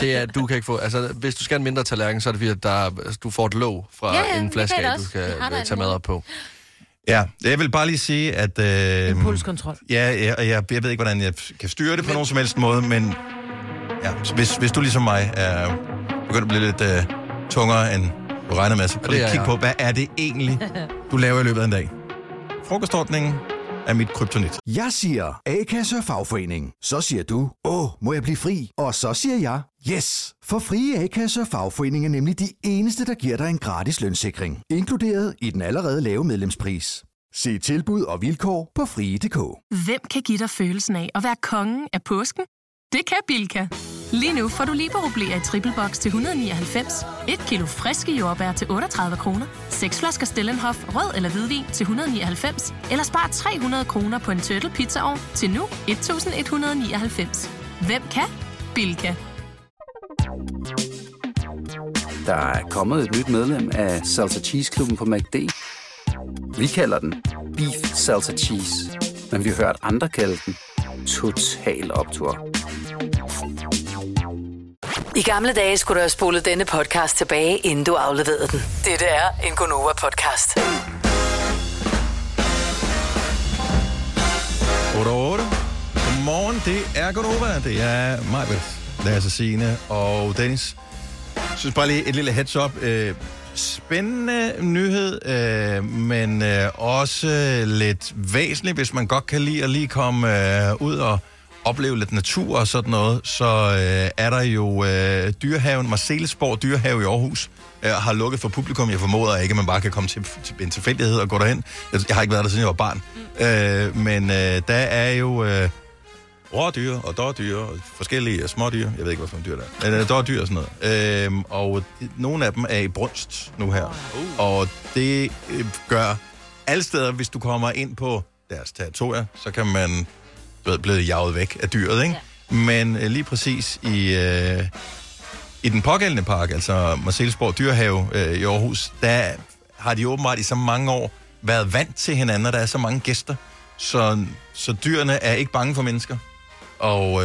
C: Det er, du kan ikke få... Altså, hvis du skal have en mindre tallerken, så er det fordi, at der, er- altså, du får et låg fra
E: Ja, ja,
C: en
E: det
C: flaske,
E: kan jeg da
C: af, du
E: også.
C: skal
E: Vi har da
C: øh,
E: alt
C: tage mad op på.
A: Ja, jeg vil bare lige sige, at... Øh,
B: Impulskontrol.
A: Ja, ja, og jeg, jeg ved ikke, hvordan jeg kan styre det på nogen som helst måde, men ja, så hvis, hvis du ligesom mig er begyndt at blive lidt øh, tungere, end du regner med, så prøv
C: det
A: lige
C: er
A: at kigge
C: jeg.
A: på, hvad er det egentlig, du laver i løbet af en dag? Frokostordningen, er mit kryptonit.
O: Jeg siger A-kasse og fagforening. Så siger du, åh, må jeg blive fri? Og så siger jeg, yes! For frie A-kasse og fagforening er nemlig de eneste, der giver dig en gratis lønssikring. Inkluderet i den allerede lave medlemspris. Se tilbud og vilkår på frie.dk.
P: Hvem kan give dig følelsen af at være kongen af påsken? Det kan Bilka! Lige nu får du liberobleer i triple box til 199, et kilo friske jordbær til 38 kroner, seks flasker Stellenhof rød eller hvidvin til 199, eller spar 300 kroner på en turtle pizzaovn til nu 1199. Hvem kan? Bilka!
Q: Der er kommet et nyt medlem af Salsa Cheese Klubben på MACD. Vi kalder den Beef Salsa Cheese, men vi har hørt andre kalde den Total Optor.
G: I gamle dage skulle du have spolet denne podcast tilbage, inden du afleverede den. Dette er en Gonova-podcast.
A: 8 og 8. Godmorgen, det er Gunova. Det er mig, Lasse Signe og Dennis. Jeg synes bare lige et lille heads up. Øh, Spændende nyhed, øh, men øh, også lidt væsentlig, hvis man godt kan lide at lige komme øh, ud og opleve lidt natur og sådan noget, så øh, er der jo øh, dyrehaven, Marcelesborg Dyrehave i Aarhus, øh, har lukket for publikum. Jeg formoder ikke, at man bare kan komme til, til en tilfældighed og gå derhen. Jeg, jeg har ikke været der, siden jeg var barn. Mm. Øh, men øh, der er jo... Øh, rådyr og dårdyr og forskellige øh, smådyr. Jeg ved ikke, hvad for en dyr der er. Men øh, dårdyr og sådan noget. Øhm, og de- nogle af dem er i brunst nu her. Og det øh, gør alle steder, hvis du kommer ind på deres territorier, så kan man du ved, blive jaget væk af dyret, ikke? Ja. Men øh, lige præcis i... Øh, i den pågældende park, altså Marcelsborg Dyrehave øh, i Aarhus, der har de åbenbart i så mange år været vant til hinanden, og der er så mange gæster, så, så dyrene er ikke bange for mennesker. Og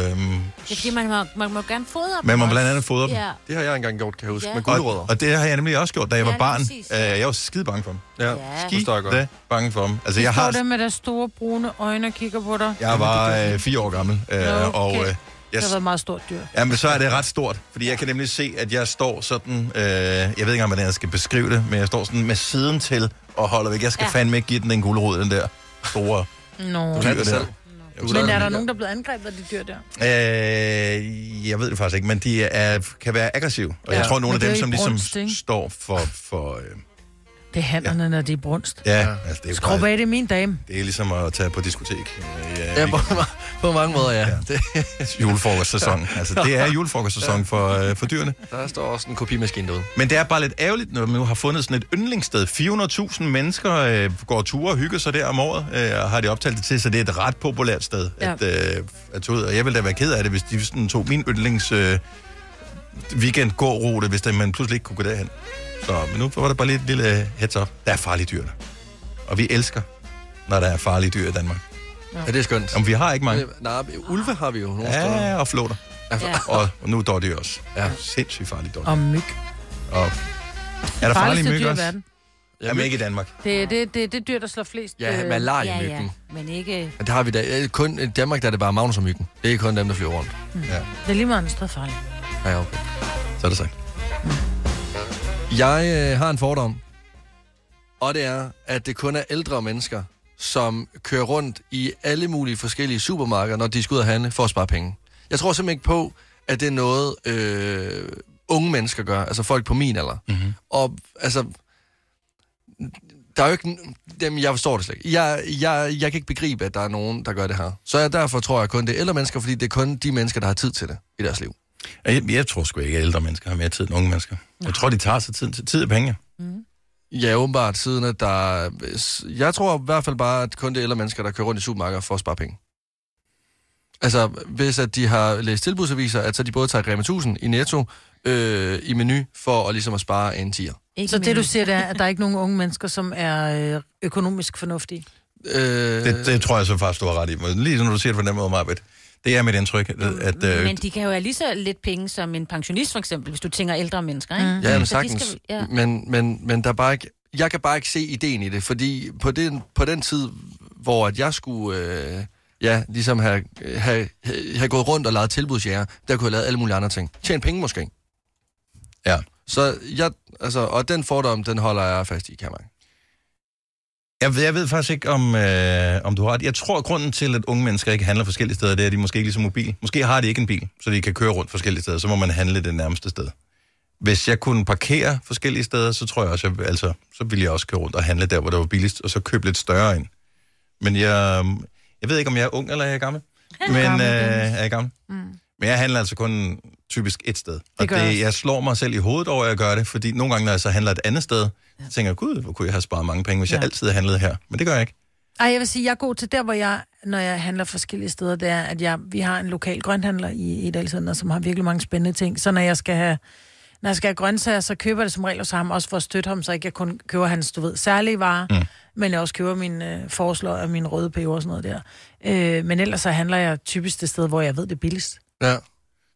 A: øhm,
E: Det er fordi, man må, man må gerne fodre dem.
A: man må
E: også.
A: blandt andet fodre dem.
E: Ja.
A: Det har jeg engang gjort, kan jeg
E: huske, Ja. med
A: Og, og det har jeg nemlig også gjort, da jeg
B: Ja,
A: var
B: lige
A: barn.
B: præcis,
A: Øh, Jeg var skide bange for dem. Ja,
B: forstår
A: skide godt. bange for dem. Altså,
B: Altså,
A: jeg,
B: står
A: har,
B: der med deres store brune øjne og kigger på dig.
A: jeg var øh, fire år gammel, øh,
B: Nå,
A: og
B: okay.
A: øh,
B: Det
A: jeg,
B: har været et meget stort dyr.
A: Ja, men så er det ret stort, fordi jeg kan nemlig se, at jeg står sådan, øh, jeg ved ikke, om jeg skal beskrive det, men jeg står sådan med siden til og holder væk. Jeg skal ja.
B: Ja.
A: fandme ikke give den en gulerod, den der store
B: Nå.
A: dyr der.
B: Men er der nogen, der er blevet angrebet af de dyr der?
A: Øh, jeg ved det faktisk ikke, men de er, kan være aggressive. Og ja. jeg
B: Ja.
A: tror, nogle af
B: Men det er
A: dem,
B: jo
A: som
B: i
A: ligesom
B: brunst, ikke?
A: står for... for øh,
B: Det er hænderne, ja. når de er brunst.
A: ja, ja, altså det er, jo
B: Skrub
A: bare,
B: af, det er min dame.
A: det er ligesom at tage på diskotek. øh,
C: Ja, på, på mange måder, ja. ja.
A: julefrokostsæson. Altså, det er julefrokostsæson for, øh, for dyrene.
C: Der står også en kopimaskine derude.
A: Men det er bare lidt ærgerligt, når man nu har fundet sådan et yndlingssted. 400.000 mennesker øh, går ture og hygger sig der om året, øh, og har det optalt det til, så det er et ret populært sted ja.
B: Ja.
A: at, øh, at tage ud. Og jeg ville da være ked af det, hvis de sådan tog min yndlings øh, weekend-gårrute, hvis der, man pludselig ikke kunne gå derhen. Så men nu var der bare lidt et lille øh, heads up. Der er farlige dyr. der. Og vi elsker, når der er farlige dyr i Danmark.
C: Ja, det er skønt. Øh,
A: Jamen, vi har ikke mange.
C: Nej, ulve har vi jo nogle steder.
A: Ja, og flåter. Ja.
C: Ja.
A: Og nu dårdyr også. Ja. Sindssygt farlige dårdyr.
B: Og myg.
A: Og... Er der farlige
B: Farligste
A: myg
B: dyr i
A: også?
B: verden.
A: Jamen ikke i Danmark.
B: Det er det, det, er det dyr, der slår flest.
C: Ja,
B: øh,
C: malariamyggen.
B: ja, ja.
E: Men ikke...
C: Ja, det har vi da. Øh, Kun i Danmark der er det bare Magnus og Myggen. Det er kun dem, der flyver rundt.
A: Ja.
B: Det er lige meget andet sted farligt.
C: Ja, okay.
A: Så er det sagt.
C: Jeg øh, har en fordom, og det er, at det kun er ældre mennesker, som kører rundt i alle mulige forskellige supermarkeder, når de skal ud og handle, for at spare penge. Jeg tror simpelthen ikke på, at det er noget, øh, unge mennesker gør, altså folk på min alder.
A: Mhm.
C: Mm-hmm. Og altså, der er jo ikke... Jamen, jeg forstår det slet ikke. Jeg, jeg, jeg kan ikke begribe, at der er nogen, der gør det her. Så jeg, derfor tror jeg kun, det er ældre mennesker, fordi det er kun de mennesker, der har tid til det i deres liv.
A: Jeg, jeg tror sgu ikke, at ældre mennesker har mere tid end unge mennesker. Jeg tror, de tager sig tid til tid og penge.
C: Ja, åbenbart, siden at der... Jeg tror i hvert fald bare, at kun det er ældre mennesker, der kører rundt i supermarkeder for at spare penge. Altså, hvis at de har læst tilbudsaviser, at så de både tager Rema 1000 i Netto øh, i menu, for at ligesom at spare en tier.
B: Ikke så det, du siger, det er, at der er ikke nogen unge mennesker, som er øh, økonomisk fornuftige.
C: Øh...
A: Det, det tror jeg så faktisk, du har ret i. Men Lige når du siger det på den måde, Marbet. Det er mit indtryk, at... at øh,
E: Men de kan jo have lige så lidt penge som en pensionist, for eksempel, hvis du tænker ældre mennesker, ikke?
C: Ja, men
E: Mm-hmm. Så de skal
C: sagtens.
E: vi- ja.
C: Men, men, men der er bare ikke, jeg kan bare ikke se ideen i det, fordi på den, på den tid, hvor at jeg skulle øh, ja, ligesom have, have, have gået rundt og lavet tilbudsjæger, der kunne jeg lave alle mulige andre ting. Tjene penge måske.
A: Ja.
C: Så jeg, altså, og den fordom, den holder jeg fast i, kan man.
A: Jeg ved, jeg ved faktisk ikke, om, øh, om du har ret. Jeg tror, at grunden til, at unge mennesker ikke handler forskellige steder, det er, at de måske ikke er lige så mobile. Måske har de ikke en bil, så de kan køre rundt forskellige steder. Så må man handle det nærmeste sted. Hvis jeg kunne parkere forskellige steder, så tror jeg også, jeg, altså, så ville jeg også køre rundt og handle der, hvor det var billigst, og så købe lidt større ind. Men jeg, jeg ved ikke, om jeg er ung eller jeg er gammel. Men øh,
T: Gammel,
A: er jeg gammel? Mm. Men jeg handler altså kun typisk et sted. Og
T: gør jeg
A: det,
T: også.
A: jeg slår mig selv i hovedet over, at jeg gør det, fordi nogle gange, når jeg så handler et andet sted, ja. tænker jeg, gud, hvor kunne jeg have sparet mange penge, hvis ja. jeg altid havde handlet her. Men det gør jeg ikke.
B: Ej, jeg vil sige, jeg er god til der, hvor jeg, når jeg handler forskellige steder, det er, at jeg, vi har en lokal grønthandler i et alcenter, som har virkelig mange spændende ting. Så når jeg skal have, når jeg skal have grøntsager, så køber jeg det som regel hos ham, også for at støtte ham, så ikke jeg kun køber hans, du ved, særlige varer, mm. men jeg også køber min øh, forslår og min røde peber og sådan noget der. Øh, men ellers så handler jeg typisk det sted, hvor jeg ved det er billigst.
A: Ja.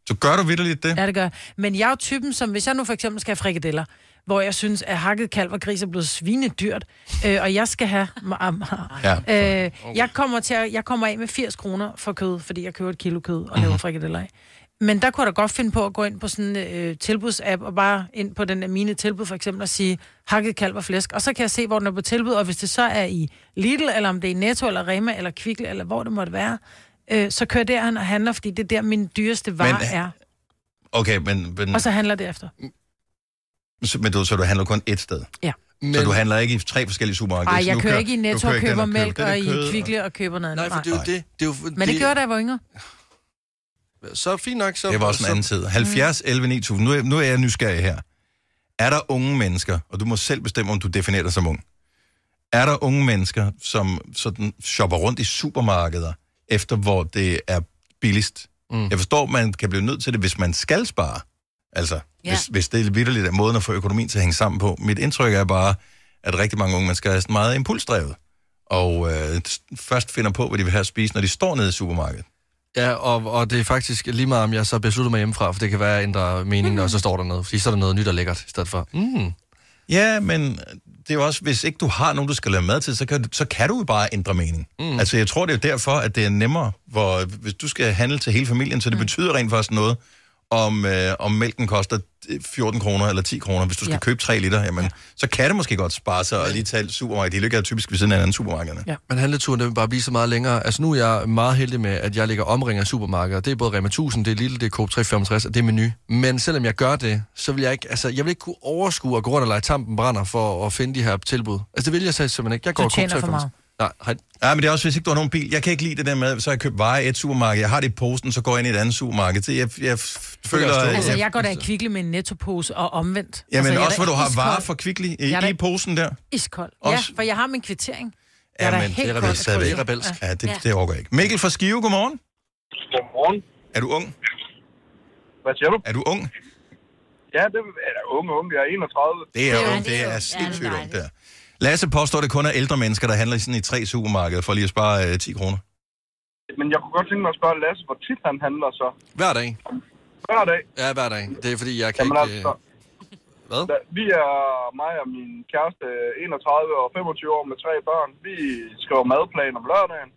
A: Så gør du vidderligt det?
B: Ja, det gør jeg. Men jeg er jo typen, som hvis jeg nu for eksempel skal have frikadeller, hvor jeg synes, at hakket kalv og gris er blevet svinedyrt, øh, og jeg skal have...
T: Ja.
B: ja. øh, jeg, kommer til at, jeg kommer af med 80 kroner for kød, fordi jeg køber et kilo kød og laver frikadeller af. Men der kunne jeg da godt finde på at gå ind på sådan en øh, tilbudsapp, og bare ind på den af mine tilbud for eksempel, og sige hakket kalv og flæsk. Og så kan jeg se, hvor den er på tilbud, og hvis det så er i Lidl, eller om det er i Netto, eller Rema, eller Kvickle, eller hvor det måtte være, øh, så kører jeg derhen og handler, fordi det er der, min dyreste vare
A: Men-
B: er.
A: Okay, men, men,
B: Og så handler det efter.
A: så, men du, så du handler kun et sted?
B: Ja.
A: Men... Så du handler ikke i tre forskellige supermarkeder?
B: Nej,
A: Så
B: jeg
A: du
B: kører ikke i
A: du
B: Netto og
A: kører ikke
B: køber
A: hen
B: mælk,
A: køber
B: og
A: det der kød,
B: i Kvickle og køber noget andet.
C: Nej, for det er jo det. det, er jo,
B: Men det gjorde jeg, da jeg var yngre.
C: Så fint nok. Så, Mm.
A: Det var også en anden tid. 70, 11, 9000. Nu, er- nu er jeg nysgerrig her. Er der unge mennesker, og du må selv bestemme, om du definerer dig som ung. Er der unge mennesker, som sådan shopper rundt i supermarkeder, efter hvor det er billigst? Mm. Jeg forstår, man kan blive nødt til det, hvis man skal spare. Altså,
T: Ja.
A: ja. hvis, hvis det er vidderligt af måden at få økonomien til at hænge sammen på. Mit indtryk er bare, at rigtig mange unge mennesker er sådan meget impulsdrevet. Og øh, først finder på, hvad de vil have at spise, når de står nede i supermarkedet.
C: Mm. Ja, og, og det er faktisk lige meget, om jeg så beslutter mig hjemmefra, for det kan være, at jeg ændrer
E: Mm.
C: meningen, og så står der noget. Fordi så er der noget nyt og lækkert, i stedet for. Mm.
A: Ja, men det er jo også, hvis ikke du har nogen, du skal lave mad til, så kan, du- så kan du jo bare ændre mening. Mm. Altså, jeg tror, det er jo derfor, at det er nemmere, hvor hvis du skal handle til hele familien, så det mm. betyder rent faktisk noget, om, øh, om mælken koster 14 kroner eller 10 kroner, hvis du skal ja. købe 3 liter, jamen, ja. så kan det måske godt spare sig at lige tage supermarked. De ligger jo typisk ved siden af hinanden supermarkederne.
C: Ja. Men handleturen den vil bare blive så meget længere. Altså nu er jeg meget heldig med, at jeg ligger omringer af supermarkeder. Det er både Rema 1000, det er Lille, det er Coop 365, og det er Menu. Men selvom jeg gør det, så vil jeg ikke, altså, jeg vil ikke kunne overskue at gå rundt og lege tampen brænder for at finde de her tilbud. Altså det vil jeg så simpelthen ikke. Jeg går
A: Du
C: og Coop
A: tjener for
C: 365. Nej, hej.
A: Ja, men det er også, hvis ikke du har nogen bil. Jeg kan ikke lide det der med, så har jeg købt varer i et supermarked, jeg har det i posen, så går jeg ind i et andet supermarked. Det, jeg, jeg, føler...
B: Altså, jeg går da i Kvickle med en nettopose og omvendt.
A: Jamen,
B: altså,
A: altså,
B: jeg er
A: også
B: da
A: hvor du har
B: iskold.
A: varer for kvickly i,
B: Jeg er da-
A: i posen der.
B: Iskold.
A: Også-
B: Ja, for jeg har min kvittering. Jeg
A: Ja,
B: er da
A: men
B: helt
A: det er
B: kold af
A: rebelsk. stadigvæk.
B: kolde.
A: Ja, det, det overgår jeg ikke. Mikkel fra Skive, godmorgen.
U: Godmorgen.
A: Er du ung?
U: Hvad siger du?
A: Er du ung?
U: Ja, det er da unge, unge. Jeg er 31.
A: Det er ung. Det er sindssygt ung, der. Lasse påstår, at det kun er ældre mennesker, der handler i sådan i tre supermarkeder for lige at spare øh, 10 kroner.
U: Men jeg kunne godt tænke mig at spørge Lasse, hvor tit han handler så.
C: Hver dag.
U: Hver dag.
C: Ja, hver dag. Det er fordi, jeg kan
U: Jamen
C: ikke... øh,
U: altså,
C: Hvad?
U: Da, vi er, mig og min kæreste, 31 og 25 år med tre børn. Vi skriver madplan om lørdagen,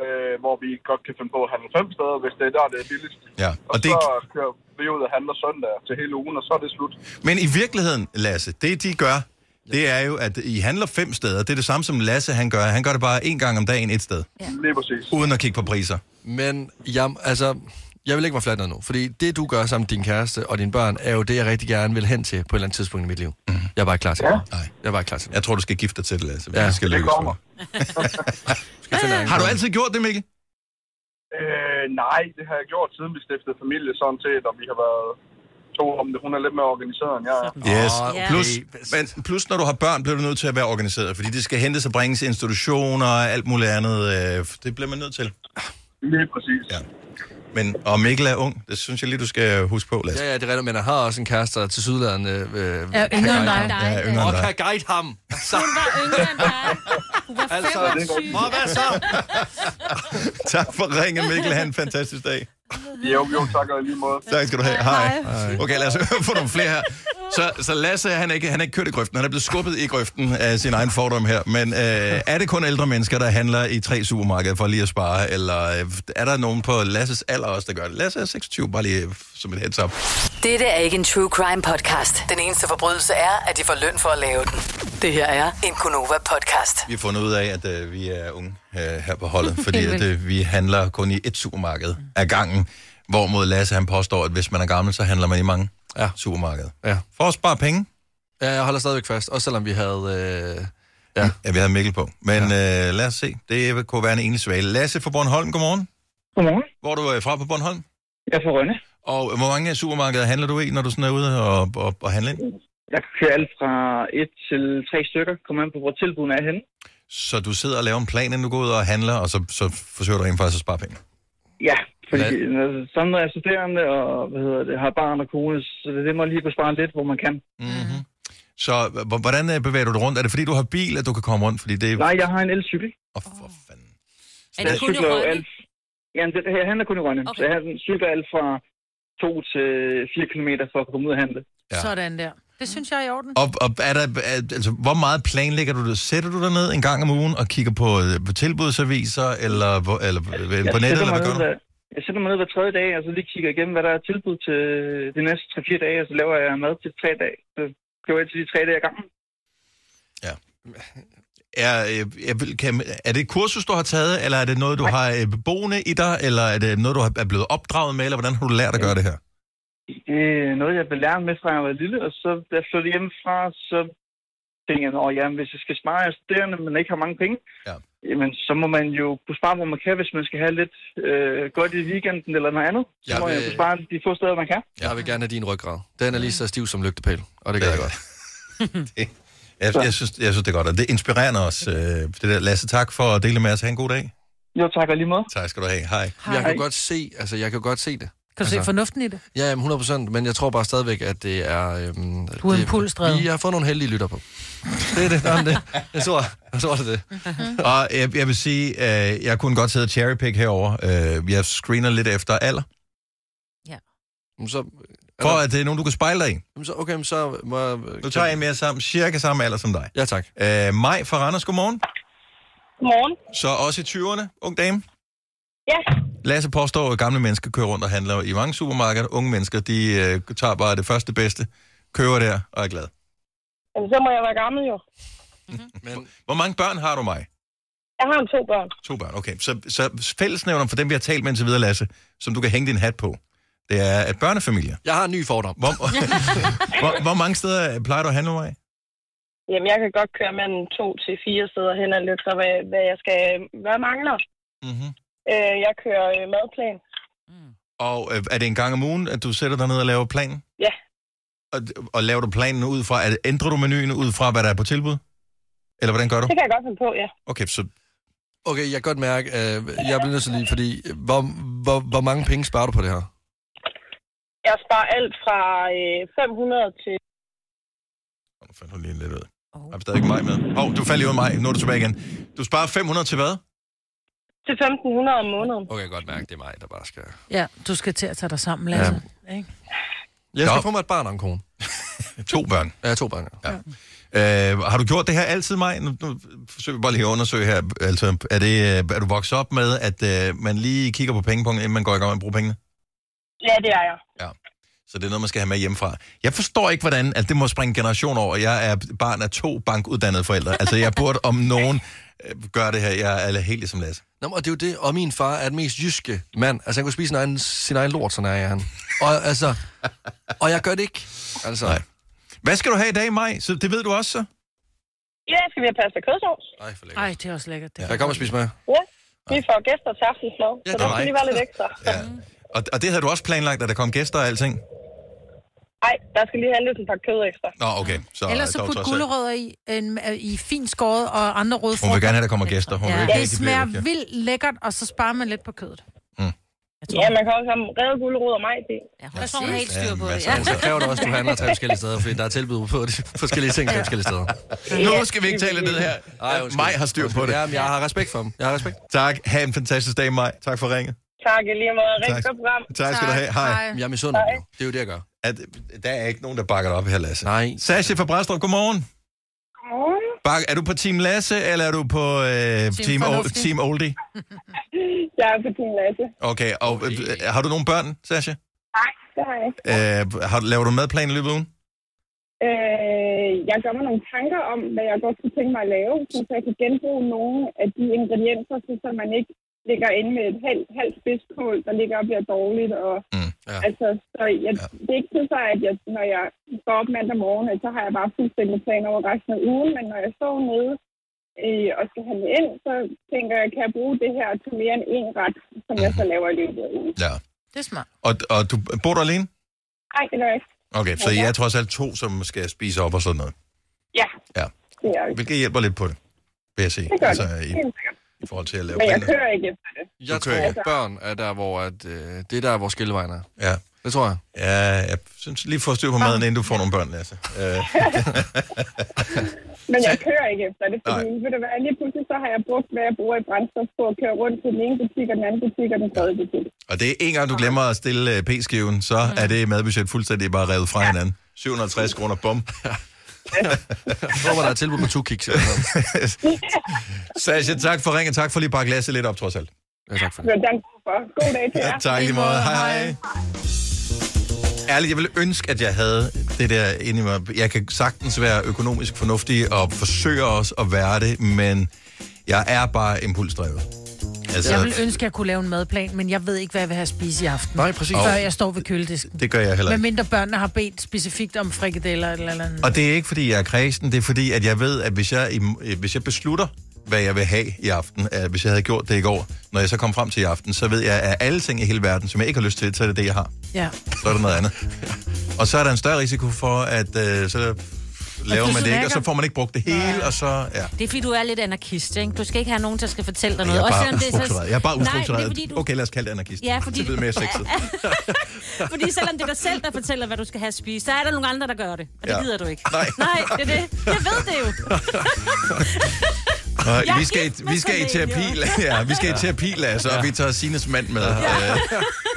U: øh, hvor vi godt kan finde på at handle fem steder, hvis det er der, det er billigst.
A: Ja,
U: Og, og det... så kører vi ud og handler søndag til hele ugen, og så er det slut.
A: Men i virkeligheden, Lasse, det de gør, det er jo, at I handler fem steder. Det er det samme, som Lasse han gør. Han gør det bare en gang om dagen et sted.
U: Ja. Lige præcis.
A: Uden at kigge på priser.
C: Men jeg, altså, jeg vil ikke være flattet nu, fordi det, du gør sammen med din kæreste og dine børn, er jo det, jeg rigtig gerne vil hen til på et eller andet tidspunkt i mit liv. Mm. Jeg er bare ikke klar til det.
A: Nej.
C: Jeg er bare ikke klar til det.
A: Mhm. Jeg tror, du skal gifte dig til det, Lasse.
C: Ja,
A: det skal lykkes.
U: kommer.
A: Har du altid gjort det, Mikkel?
U: Øh, nej, det har jeg gjort siden vi stiftede familie sådan set, og vi har været to om det. Hun er lidt mere organiseret end jeg er.
A: Yes. Plus, men plus, når du har børn, bliver du nødt til at være organiseret, fordi det skal hentes og bringes i institutioner og alt muligt andet. øh, Det bliver man nødt til.
U: Lige præcis.
A: Ja. Men, og Mikkel er ung. Det synes jeg lige, du skal huske på, Lasse.
C: Ja, ja, det er rigtigt, men jeg har også en kæreste der til sydlandet.
B: Ja,
C: Øh, øh, kan
B: yngre end
C: guide
B: dig.
C: ham.
B: Ja,
A: yngre end
C: Og
A: dig.
C: kan guide ham. Så. Hun var
E: yngre end dig.
C: Hun
E: var
U: 25.
C: Og Altså, hvad så?
A: Tak for ringen, Mikkel. Ha' en fantastisk dag.
U: Jo, jo, tak og i lige måde.
A: Tak skal du have. Hej. Okay, lad os høre på nogle flere her. Så, så Lasse, han er, ikke, han er ikke kørt i grøften. Han er blevet skubbet i grøften af sin egen fordom her. Men øh, er det kun ældre mennesker, der handler i tre supermarkeder for lige at spare? Eller øh, er der nogen på Lasses alder også, der gør det? Lasse er 26, bare lige øh, som et heads up.
G: Dette er ikke en true crime podcast. Den eneste forbrydelse er, at de får løn for at lave den. Det her er en Gunova-podcast.
A: Vi har fundet ud af, at øh, vi er unge øh, her på holdet, fordi at, øh, vi handler kun i et supermarked ad gangen, hvorimod Lasse han påstår, at hvis man er gammel, så handler man i mange ja. supermarkeder.
C: Ja.
A: For at spare penge.
C: Ja, jeg holder stadigvæk fast, også selvom vi havde... Øh, ja.
A: ja, vi havde Mikkel på. Men ja. øh, lad os se, det kunne være en enlig svale. Lasse fra Bornholm, godmorgen.
T: Godmorgen.
A: Hvor er du øh, fra på Bornholm?
T: Jeg er fra Rønne.
A: Og øh, hvor mange supermarkeder handler du i, når du sådan er ude og, og, og handler ind?
T: Jeg kører alt fra et til tre stykker. Kommer an på, hvor tilbudene er henne.
A: Så du sidder og laver en plan, inden du går ud og handler, og så, så forsøger du rent faktisk at spare penge.
T: Ja, fordi ja. sammen med jeg er studerende og hvad hedder det, har barn og kone, så det må lige kunne spare lidt, hvor man kan.
A: Mm-hmm. Så h- h- hvordan øh, bevæger du dig rundt? Er det fordi, du har bil, at du kan komme rundt? Fordi det er...
T: Nej, jeg har en elcykel.
A: Åh, oh, for fanden.
T: Er det kun i Rønne? Alt... Jamen, det, jeg handler kun i Rønne. Okay. Så jeg har- cykler alt fra 2 til 4 km for at komme ud og handle.
B: Ja. Sådan der. Det synes jeg er i orden.
A: Og, og er der, er, altså, hvor meget planlægger du det? Sætter du dig ned en gang om ugen og kigger på, øh, på tilbudsaviser, eller, hvor- eller ja, på
T: Jeg
A: nettet,
T: sætter
A: eller
T: mig
A: hvad gør
T: ned
A: du?
T: hver- Jeg sætter mig ned hver tredje dag, og så lige kigger igennem, hvad der er tilbud til de næste 3-4 dage, og så laver jeg mad til tre dage. Så køber jeg til de tre dage ad gangen.
A: Er, øh, jeg, vil- kan, er det et kursus, du har taget, eller er det noget, du Nej. har øh, boende i dig, eller er det noget, du har- er blevet opdraget med, eller hvordan har du lært at gøre det her?
T: Det er noget, jeg blev lært med, fra jeg var lille, og så da jeg flyttede hjemmefra, så tænkte jeg, at jamen, hvis jeg skal spare jeg er studerende, men ikke har mange penge,
A: ja.
T: jamen, så må man jo kunne spare, hvor man kan, hvis man skal have lidt øh, godt i weekenden eller noget andet. Så
C: Jeg
T: må
C: vil-
T: jeg kunne spare de få steder, man kan.
C: Jeg vil gerne have din ryggrad. Den er lige så stiv som lygtepæl, og det gør jeg godt.
A: Jeg, jeg, synes, jeg synes, det er godt, og det inspirerer os. Øh, det der. Lasse, tak for at dele med os. Ha' en god dag.
T: Jo, tak og lige måde.
A: Tak skal du have. Hej.
C: Jeg kan godt se, altså jeg kan godt se det. Altså,
B: Kan
A: Altså-
B: du se fornuften i det?
C: Ja, jamen 100 procent, men jeg tror bare stadigvæk, at det er... Øhm,
B: Du er
C: det-
B: impulsdrevet.
C: Vi har fået nogle heldige lytter på. Det er det, der er det. Jeg tror, jeg tror det er det.
A: Og jeg, jeg vil sige, øh, jeg kunne godt sidde og cherrypick herover. Øh, jeg screener lidt efter alder.
E: Ja.
C: Så,
A: for at det er nogen, du kan spejle dig i.
C: Jamen, så, okay, men så må jeg...
A: Nu tager jeg en mere sammen, cirka samme alder som dig.
C: Ja, tak.
A: Øh, Maj fra Randers, godmorgen.
V: Godmorgen.
A: Så også i 20'erne, ung dame.
V: Ja,
A: Lasse påstår, at gamle mennesker kører rundt og handler i mange supermarkeder. Unge mennesker, de øh, tager bare det første bedste, kører der og er glad.
V: altså, så må jeg være gammel jo.
A: Men... Hvor mange børn har du, Maj?
V: Jeg har to børn.
A: To børn, okay. Så, så fællesnævneren for dem, vi har talt med indtil videre, Lasse, som du kan hænge din hat på, det er, at børnefamilier...
C: Jeg har en ny fordom.
A: Hvor, hvor, hvor mange steder øh, plejer du at handle mig?
V: Jamen, jeg kan godt køre mellem to til fire steder hen og lytte, hvad, hvad jeg skal, hvad jeg mangler.
A: Mm-hmm.
V: Øh, jeg kører øh, madplan.
A: Og øh, er det en gang om ugen, at du sætter dig ned og laver planen?
V: Ja.
A: Og, og laver du planen ud fra, at ændrer du menuen ud fra, hvad der er på tilbud? Eller hvordan gør du?
V: Det kan jeg godt finde på, ja.
A: Okay, så
C: Okay, jeg kan godt mærke, øh, jeg bliver nødt til lige, fordi øh, hvor, hvor, hvor mange penge sparer du på det her?
V: Jeg sparer alt fra øh, 500 til...
A: fandt hun lige lidt ud. Oh. Er stadig ikke mig med? Åh, oh, du faldt lige ud af mig. Nu er du tilbage igen. Du sparer 500 til hvad?
V: til 1500 om måneden.
C: Okay, godt mærke, det er mig, der bare skal...
B: Ja, du skal til at tage dig sammen, Lasse. Ja. Ikke?
C: Jeg skal få mig et barn og en kone.
A: to børn.
C: Ja, to børn,
A: ja. ja. Øh, har du gjort det her altid, Maj? Nu, nu forsøger vi bare lige at undersøge her. Altså, er, det, øh, er du vokset op med, at øh, man lige kigger på pengepunkten, inden man går i gang med at bruge pengene?
V: Ja, det er jeg.
A: Så det er noget, man skal have med hjemmefra. Jeg forstår ikke, hvordan at det må springe en generation over. Jeg er barn af to bankuddannede forældre. Altså, jeg burde om nogen øh, gøre det her. Jeg er helt ligesom Lasse.
C: Nå, men, og det er jo det, og min far er den mest jyske mand. Altså, han kunne spise sin egen, sin egen lort, sådan er han. Og, altså, og jeg gør det ikke. Altså. Nej.
A: Hvad skal du have i dag, Maj? Så det ved du også, så?
V: Ja, skal vi have pasta kødsovs?
C: Nej, for
B: Ej, det er også lækkert. Det.
C: Jeg kommer og spiser med.
V: Ja, vi får gæster til aftensmad,
A: Ja,
V: så
A: det
V: der
A: er
V: skal
A: mig.
V: lige være lidt ekstra.
A: Og, og det havde du også planlagt, at der kom gæster og alting?
V: Nej, der skal lige handles en pakke kød ekstra.
A: Nå, okay. Så,
B: Ellers så
A: dog
B: put
A: trods alt.
B: gulerødder i, en, øh, i fint skåret og andre røde
A: Hun vil
B: frugter.
A: gerne have, at der kommer gæster. Hun vil
B: Ja,
A: ikke have,
B: det
A: at de
B: smager
A: bliver Mm. væk, ja.
B: vildt lækkert, og så sparer man lidt på kødet.
V: Ja, man kan også have revet gulerod og mig til. Ja,
B: der står hun helt styr på det,
C: Ja. Så kræver det også, at du handler tre forskellige steder, fordi der er tilbud på de forskellige ting tre forskellige steder.
A: Nu skal vi ikke tale ned her.
C: Ej,
A: Maj har styr på det.
C: Jamen, jeg har respekt for dem. Jeg har respekt.
A: Tak. Ha' en fantastisk dag, Maj. Tak for ringet.
V: Tak, i lige måde.
A: Tak.
V: Rigtig godt program.
A: Tak skal du have. Hej.
C: Jeg er misundet. jo. Det er jo det, jeg gør.
A: At, der er ikke nogen, der bakker dig op her, Lasse.
C: Nej.
A: Sasha fra Brændstrup, godmorgen.
W: Godmorgen.
A: Bak, er du på Team Lasse, eller er du på øh, team, team, o-
W: Fornuftig.
A: team Oldie?
W: Jeg er på din masse.
A: Okay, og øh, har du nogle børn, Sasha?
W: Nej,
V: det har jeg ikke.
A: Øh, har, laver du madplan i løbet af ugen?
V: Øh, jeg gør mig nogle tanker om, hvad jeg godt kunne tænke mig at lave, så jeg kan genbruge nogle af de ingredienser, så så man ikke ligger inde med et halvt, halvt spidskål, der ligger og bliver dårligt. Og, mm,
A: ja.
V: altså, så jeg, ja. det er ikke sådan, så, at jeg, når jeg går op mandag morgen, at så har jeg bare fuldstændig plan over resten af ugen, men når jeg står nede øh, og skal handle ind, så tænker jeg, kan jeg bruge det her til mere end én ret, som jeg så laver i løbet af ugen.
A: Ja.
B: Det er smart.
A: Og, og du bor du alene?
V: Nej, det gør jeg ikke.
A: Okay, så jeg er trods alt to, som skal spise op og sådan noget.
V: Ja,
A: Ja.
V: det er jeg ikke.
A: Hvilket hjælper lidt på det, vil jeg sige.
V: Det gør altså, det.
A: i,
V: Helt sikkert.
A: i forhold til at lave
V: Men jeg
A: planer.
V: kører ikke efter det. Altså,
C: Jeg tror, at børn er der, hvor at, øh, det er der, hvor skillevejen er.
A: Ja.
C: Det tror jeg.
A: Ja, jeg synes lige få styr på maden, inden du får nogle børn, Lasse. Øh,
V: Men jeg kører ikke efter det, fordi ved du hvad, lige pludselig så har jeg brugt, hvad jeg bruger i brændstof på at køre rundt til den ene butik, og den anden butik, og den tredje butik.
A: og det er en gang, du glemmer at stille øh, p-skiven, så
V: Mm.
A: er det madbudget fuldstændig bare revet fra hinanden. 750 kroner, bum.
C: Jeg håber, der er tilbud på tukik.
A: Sasha, tak for ringen. Tak for lige at bakke Lasse lidt op, trods alt.
C: Ja, tak for
V: Så den for. God dag til jer.
A: tak lige måde. Hej, hej. Ærligt, jeg ville ønske, at jeg havde det der inde i mig. Jeg kan sagtens være økonomisk fornuftig og forsøge også at være det, men jeg er bare impulsdrevet.
B: Altså, jeg vil ønske, at jeg kunne lave en madplan, men jeg ved ikke, hvad jeg vil have at spise i aften.
A: Nej, præcis.
B: Før
A: Og-
B: jeg står ved køledisken.
A: det gør jeg heller
B: Men
A: ikke.
B: mindre børnene har bedt specifikt om frikadeller eller eller andet.
A: Og det er ikke, fordi jeg er kredsen, det er fordi, at jeg ved, at hvis jeg, i- øh, hvis jeg beslutter, hvad jeg vil have i aften, at hvis jeg havde gjort det i går, når jeg så kom frem til i aften, så ved jeg, at af alle ting i hele verden, som jeg ikke har lyst til, så er det det, jeg har.
B: Ja.
A: Så er det noget andet. Og så er der en større risiko for, at øh, så laver man det ikke, og så får man ikke brugt det hele, og så... Ja.
E: Det er fordi, du er lidt anarkist, ikke? Du skal ikke have nogen, der skal fortælle dig
A: Jeg
E: noget.
A: er bare
E: selvom det så-
A: ustruktureret. Jeg er bare
E: Nej,
A: ustruktureret.
E: det er fordi, du...
A: Okay, lad os kalde det anarkist.
E: Ja, fordi-
A: Det lyder mere sexet.
E: fordi selvom det er dig selv, der fortæller, hvad du skal have at spise, så er der nogle andre, der gør det. Og det
A: Ja.
E: gider du ikke.
A: Nej.
E: Nej, det er det. Jeg ved det jo.
A: Og
E: Jeg er
A: vi skal,
E: gift
A: i,
E: med
A: vi skal i
E: Cornelia.
A: terapi, ja, vi skal i terapi, Lasse, og vi tager Sines mand med. Ja.
C: Ej,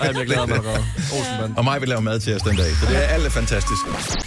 C: jeg glæder mig allerede.
A: Og mig vil lave mad til os den dag, så det er alt er fantastisk.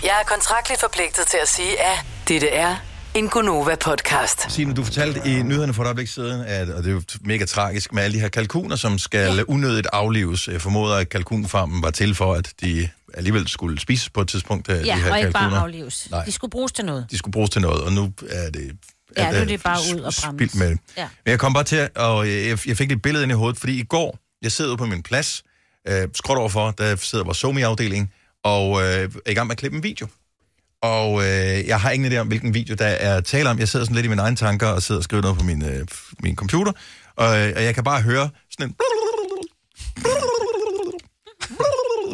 G: Jeg er kontraktligt forpligtet til at sige, at dette er en Gonova-podcast.
A: Signe, du fortalte i nyhederne for et øjeblik siden, at, og det er jo mega tragisk, med alle de her kalkuner, som skal unødigt aflives. Jeg formoder, at kalkunfarmen var til for, at de alligevel skulle spises på et tidspunkt, ja, de her
E: Ja, og
A: kalkuner.
E: ikke bare aflives.
A: Nej.
E: De skulle bruges til noget.
A: de skulle bruges til noget, og nu er det...
E: Ja, nu er
A: øh,
E: det bare ud og
A: sp-
E: brændes.
A: Spild med det.
E: Ja.
A: Men jeg kom bare til, at- og jeg, jeg fik lidt billede ind i hovedet, fordi i går, jeg sidder ude på min plads, øh, skråt overfor, der sidder vores Somi-afdeling, og øh, er i gang med at klippe en video. Og øh, jeg har ingen idé om, hvilken video der er tale om. Jeg sidder sådan lidt i mine egne tanker og sidder og skriver noget på min, øh, f- min computer, og, øh, og jeg kan bare høre sådan en...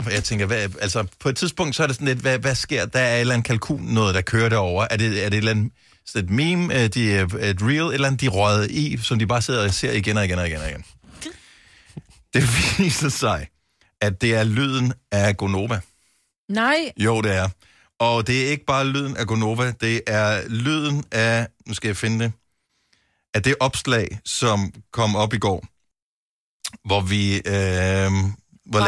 A: Og Jeg tænker, hvad, altså på et tidspunkt, så er det sådan lidt, hvad, hvad sker? Der er et eller andet kalkun, noget, der kører derover. Er det, er det et eller andet sådan et meme, øh, de, er- et reel, et eller andet, de røget i, som de bare sidder og ser igen og igen og igen og igen? Det viser sig, at det er lyden af Gonova.
B: Nej, Mm.
A: Jo, det er. Og det er ikke bare lyden af Gonova, det er lyden af, nu skal jeg finde det, af det opslag, som kom op i går, hvor vi, øh, hvor
D: Brænder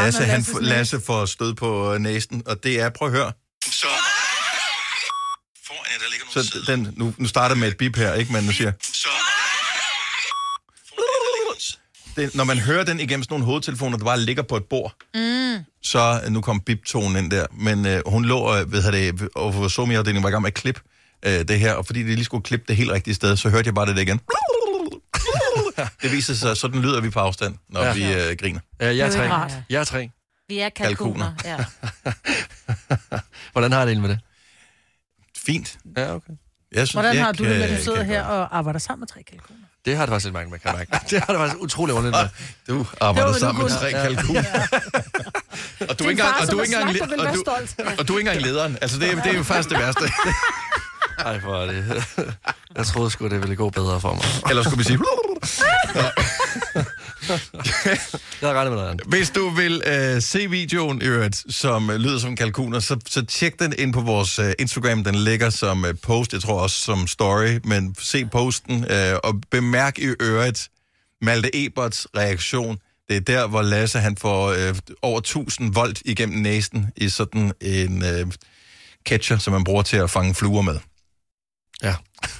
A: Lasse, han,
D: Lasses næse.
A: Lasse får stød på øh, næsen, og det er, prøv at høre,
D: Så foran jer, der ligger nogle
A: så den, nu, nu starter med et bip her, ikke, men nu siger,
D: Så
A: det, når man hører den igennem sådan nogle hovedtelefoner, der bare ligger på et bord,
D: mm.
A: så øh, nu kom biptonen ind der, men øh, hun lå, øh, ved jeg det, og hvor så min afdeling var i gang med at klippe øh, det her, og fordi de lige skulle klippe det helt rigtige sted, så hørte jeg bare det der igen. Det viser sig, sådan lyder vi på afstand, når ja.
C: Ja.
A: vi øh, griner.
C: Ja, jeg
E: Det
C: er
E: er jo
C: tre.
E: rart.
C: Jeg er tre.
E: Vi er
A: Kalkuner.
E: kalkuner. Ja.
C: Hvordan har jeg det egentlig med det?
A: Fint.
C: Ja, okay.
A: Jeg øh,
B: hvordan har du det, når du sidder her og arbejder sammen med tre kalkuner?
C: Det har det faktisk lidt mange med, kan jeg mærke. Det har det faktisk utrolig underligt med.
A: Du arbejder
C: Det var
A: sammen med
C: underligt.
A: tre
C: Ja.
A: kalkuner. Og du er ikke engang, og du er ikke engang, le- og du,
B: stolt.
A: og du er ikke engang lederen. Altså, det, er- det er jo faktisk det værste.
C: Ej, hvor er det. Jeg troede sgu, det ville gå bedre for mig.
A: Eller skulle vi sige...
C: Jeg havde regnet med noget andet.
A: Hvis du vil øh, se videoen, i øvrigt, som øh, lyder som kalkuner, så, så tjek den ind på vores øh, Instagram. Den ligger som øh, post, jeg tror også som story, men se posten, øh, og bemærk i øvrigt Malte Eberts reaktion. Det er der, hvor Lasse han får øh, over 1000 volt igennem næsen i sådan en øh, catcher, som man bruger til at fange fluer med.
C: Ja.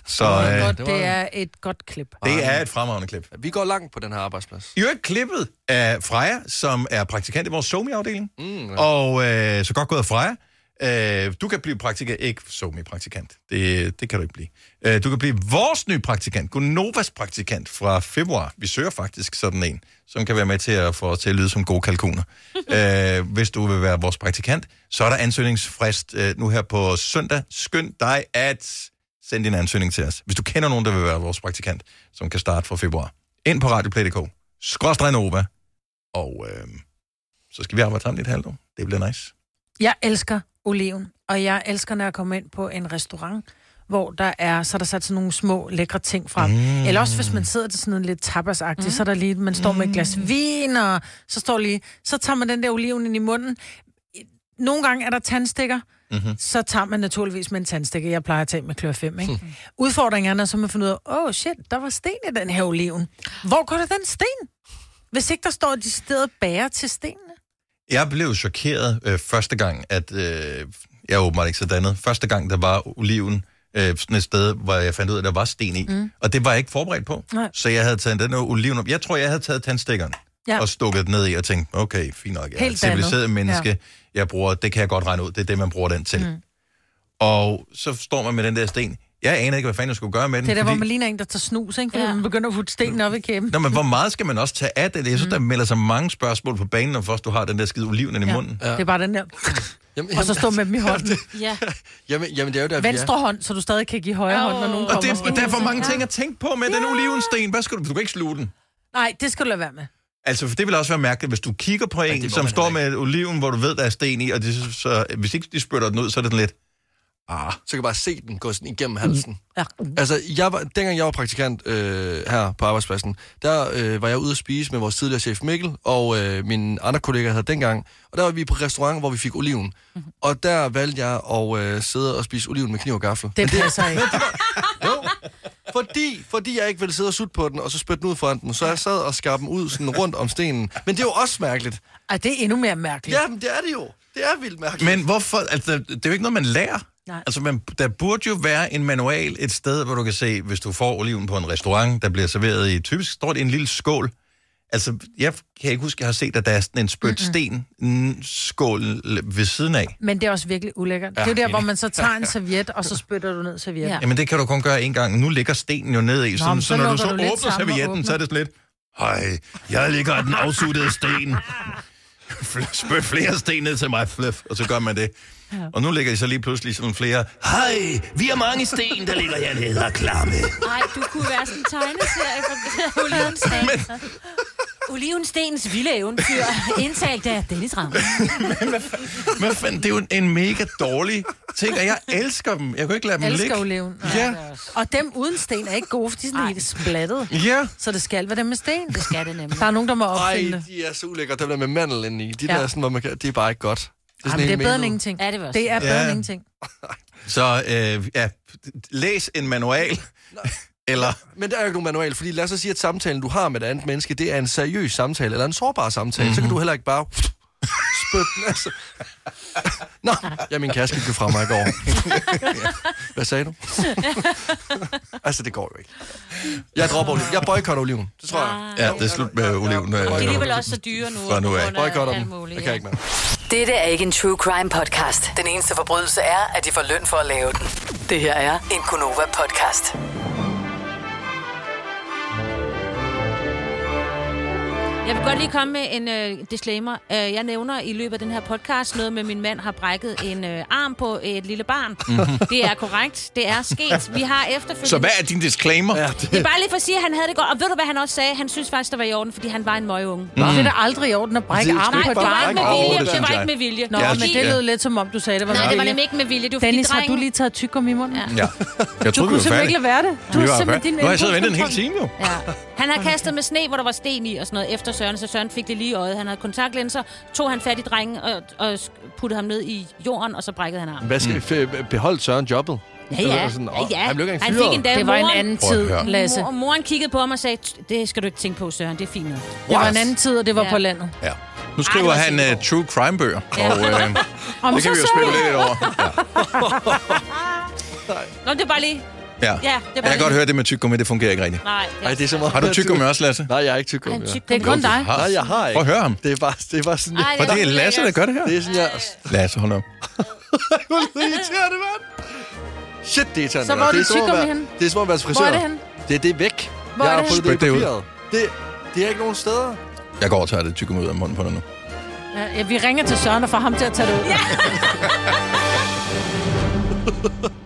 A: Så øh,
B: Godt, det er et godt klip.
A: det er et fremragende klip.
C: Vi går langt på den her arbejdsplads.
A: I øvrigt klippet af Freja, som er praktikant i vores SoMe-afdeling.
C: Mm, ja.
A: Og øh, så godt gået af Freja. Øh, du kan blive praktikant, ikke SoMe-praktikant. Det, det kan du ikke blive. Øh, du kan blive vores nye praktikant, Gunovas praktikant fra februar. Vi søger faktisk sådan en, som kan være med til at få os til at lyde som gode kalkuner. øh, hvis du vil være vores praktikant, så er der ansøgningsfrist øh, nu her på søndag. Skynd dig at sende din ansøgning til os. Hvis du kender nogen, der vil være vores praktikant, som kan starte fra februar. Ind på radioplay.dk, skråstrej Nova, og øh, så skal vi arbejde sammen i et halvt år. Det bliver nice.
B: Jeg elsker oliven, og jeg elsker, når jeg kommer ind på en restaurant, hvor der er, så er der sat sådan nogle små lækre ting frem. Mm. Eller også hvis man sidder til sådan noget lidt tapasagtigt, mm. så er der lige, man står med et glas vin, og så står lige, så tager man den der oliven ind i munden. Nogle gange er der tandstikker,
A: Mm-hmm.
B: så tager man naturligvis med en tandstikker. Jeg plejer at tage med klør 5, ikke? Udfordringen er, når så man finder ud af, åh oh, shit, der var sten i den her oliven. Hvor går der den sten? Hvis ikke der står de steder bærer til stenene.
A: Jeg blev chokeret øh, første gang, at øh, jeg er åbenbart ikke så dannet. Første gang, der var oliven øh, sådan et sted, hvor jeg fandt ud af, at der var sten i. Mm.
B: Mm.
A: Og det var jeg ikke forberedt på.
B: Nej.
A: Så jeg havde taget den her oliven op. Jeg tror, jeg havde taget tandstikkeren ja.
B: Ja.
A: og stukket den ned i og tænkt, okay, fint nok, jeg er
B: Helt
A: et civiliseret
B: dannet.
A: menneske. Ja.
B: Ja.
A: Jeg bruger, det kan jeg godt regne ud, det er det, man bruger den til. Mm. Og så står man med den der sten. Jeg aner ikke, hvad fanden jeg skulle gøre med den.
B: Det er der,
A: fordi-
B: hvor man ligner en, der tager snus, ikke? Fordi ja. man begynder at putte stenen op i kæben.
A: Nå, men hvor meget skal man også tage af det? Jeg synes, mm. der melder sig mange spørgsmål på banen, når først du har den der skide oliven i
B: Ja.
A: munden.
B: Det er bare den der.
C: Jamen,
B: Og så står med dem i hånden.
E: Ja.
C: Jamen, jamen det er jo der, vi er.
B: Venstre hånd, så du stadig kan give højre hånd, når nogen
A: Og det,
B: kommer.
A: er- der er for mange ting at tænke på med ja. den olivensten. Hvad skal du, du kan ikke sluge den.
B: Nej, det skal du lade være med.
A: Altså, for det vil også være mærkeligt, hvis du kigger på en, ja,
C: det må
A: som
C: man
A: står med et oliven, hvor du ved, der er sten i, og det, så, hvis ikke de spytter den ud, så er det sådan lidt... Ah,
C: så kan jeg bare se den gå sådan igennem halsen. Ja. Altså, jeg var, dengang jeg var praktikant øh, her på arbejdspladsen, der øh, var jeg ude at spise med vores tidligere chef Mikkel, og øh, mine andre kollegaer havde dengang, og der var vi på restaurant, hvor vi fik oliven.
B: Mhm.
C: Mm-hmm. Og der valgte jeg at øh, sidde og spise oliven med kniv og gaffel.
B: Det passer ikke.
C: Fordi, fordi jeg ikke ville sidde og sutte på den, og så spytte den ud foran den, så jeg sad og skar den ud sådan rundt om stenen. Men det er jo også mærkeligt.
B: Ej, det er endnu mere mærkeligt.
C: Ja, men det er det jo. Det er vildt mærkeligt.
A: Men hvorfor? Altså, det er jo ikke noget, man lærer.
B: Nej.
A: Altså, man, der burde jo være en manual et sted, hvor du kan se, hvis du får oliven på en restaurant, der bliver serveret i, typisk står det i en lille skål. Altså, jeg kan ikke huske, at jeg har set, at der er sådan en spødt sten mm, skål ved siden af.
B: Men det er også virkelig ulækkert.
A: Ja,
B: Ja, det er jo der,
A: enig.
B: hvor man så tager en serviet, og så spytter du ned servietten. Ja.
A: Jamen, det kan du kun gøre en gang. Nu ligger stenen jo ned i, så,
B: men
A: så,
B: så
A: når du
B: lukker
A: så
B: du lidt
A: åbner
B: sammen og
A: servietten,
B: åbner.
A: så er det sådan lidt, hej, jeg ligger af den afsuttede sten. Spøg flere sten ned til mig, fluff, og så gør man det. Ja. Og nu ligger de så lige pludselig sådan flere, hej, vi er mange sten, der ligger hernede og klamme.
E: Nej, du kunne være sådan en tegneserie for Olivensten. Olivenstens vilde eventyr, indtalt af Dennis Ram.
A: Men fanden, det er jo en, en mega dårlig ting, og jeg elsker dem. Jeg kan ikke lade dem
B: Elsker
A: ligge.
B: oliven.
A: Ja.
B: Og dem uden sten er ikke gode, for de er sådan helt splattet.
A: Ja.
B: Så det skal være dem med sten. Det
E: skal det nemlig.
B: Der er nogen, der må
C: Ej,
B: opfinde det.
C: de er så ulækre, der bliver med mandel indeni. De ja.
B: Ja.
C: der sådan, hvor man kan, det er bare ikke godt. Det er,
B: Jamen,
C: helt
B: det er bedre end
C: melet.
B: ingenting.
E: Ja, det, var
B: det er bedre
A: Ja.
B: end ingenting.
A: Så øh, ja, læs en manual, eller...
C: Men der er jo ikke nogen manual, fordi lad os så sige, at samtalen, du har med et andet menneske, det er en seriøs samtale, eller en sårbar samtale. Mm-hmm.
A: Mhm.
C: Så kan du heller ikke bare spytte den. Altså. Nå, ja, min kæreste gik jo fra mig i går. Hvad sagde du? altså, det går jo ikke. Jeg dropper oliven. Jeg boykotter oliven. Det tror jeg.
A: Ja, det er slut med oliven. øh,
E: De er alligevel også så dyre nu.
A: Fra nu af.
E: på grund
C: Boykotter
E: alt
C: dem.
E: muligt,
C: Det kan jeg ikke med.
G: Dette er ikke en true crime podcast. Den eneste forbrydelse er, at de får løn for at lave den. Det her er en Gunova-podcast.
E: Jeg vil godt lige komme med en øh, disclaimer. Øh, jeg nævner i løbet af den her podcast noget med, at min mand har brækket en øh, arm på et lille barn.
A: Mhm.
E: Det er korrekt. Det er sket. Vi har efterfølgende...
A: Så hvad er din disclaimer? Ja,
E: Det er bare lige for at sige, at han havde det godt. Og ved du, hvad han også sagde? Han synes faktisk, det var i orden, fordi han var en møgeunge.
A: Mhm.
B: Mm. Det er da aldrig i orden at brække
E: Det er sgu
B: armen
E: ikke
B: på et
E: bare brække
B: barn.
E: med vilje. Det var ikke med vilje.
B: Nå,
E: Ja,
B: men
E: det-
B: det lød lidt som om, du sagde, det var
E: Nej,
B: med
E: det var
B: vilje.
E: nemlig ikke med vilje. Det var
B: Dennis,
E: fordi
B: har du
E: drengen...
B: lige taget tyggegummi i munden?
A: Ja. Jeg
B: Du kunne
A: troede, vi var
B: simpelthen
A: færdige.
B: ikke lade være det. Du
A: Vi
B: er
A: var
B: simpelthen
A: færdige.
B: din
A: Nu har jeg siddet og ventet en hel time jo.
E: Ja. Han har kastet med sne, hvor der var sten i og sådan noget, efter Søren, så Søren fik det lige i øjet. Han havde kontaktlinser, tog han fat i drengen og, og puttede ham ned i jorden, og så brækkede han armen. Mm.
C: Hvad
A: Mm.
C: skal vi f- beholde Søren jobbet?
E: Ja,
C: Det
E: ja.
C: var sådan, åh,
E: ja, ja.
C: Han blev ikke engang
E: han fik en
C: fyret.
E: dag,
B: Det var en
E: moren-
B: anden Prøv at tid, høre. Lasse.
E: Mor, moren kiggede på ham og sagde, det skal du ikke tænke på, Søren, det er fint nu.
B: Det var en anden tid, og det var
E: Ja.
B: på landet.
A: Ja. Nu skriver han uh, True Crime bøger,
B: Ja.
A: og uh,
B: Om
A: det
B: så
A: kan vi jo
B: så-
A: spille lidt over.
E: Nå, det er bare lige...
A: Ja.
E: det er
A: Jeg kan godt høre det med tyggegummi, det fungerer ikke rigtigt.
E: Nej.
C: Ej, det er så meget.
A: Har du tyggegummi også, Lasse?
C: Nej, jeg er ikke tyggegummi.
A: Han
C: ja.
A: tyggegummi. Det er kun dig.
C: Nej, jeg har ikke.
A: Prøv at høre ham.
C: Det er bare, det er bare sådan...
A: Ej, det er For det er godt, Lasse, der gør det her.
C: Det er sådan, jeg...
A: Lasse, hold op.
C: Hvor er det irriterende, mand. Shit, det er irriterende.
B: Så
C: mand.
B: hvor er
C: det
B: dit
C: som at
B: tyggegummi
C: være-
B: henne?
C: Det er som om at være til frisør.
B: Hvor er det henne?
C: Det, det er væk.
B: Hvor
C: jeg
B: er
C: har
B: det
C: fået
A: henne? Spyt
C: det i
A: det ud.
C: papiret. Det, det er ikke nogen steder.
A: Jeg går og tager det tyggegummi ud af munden på dig nu.
B: Ja, vi ringer til Søren og får ham til at tage det ud. Ja.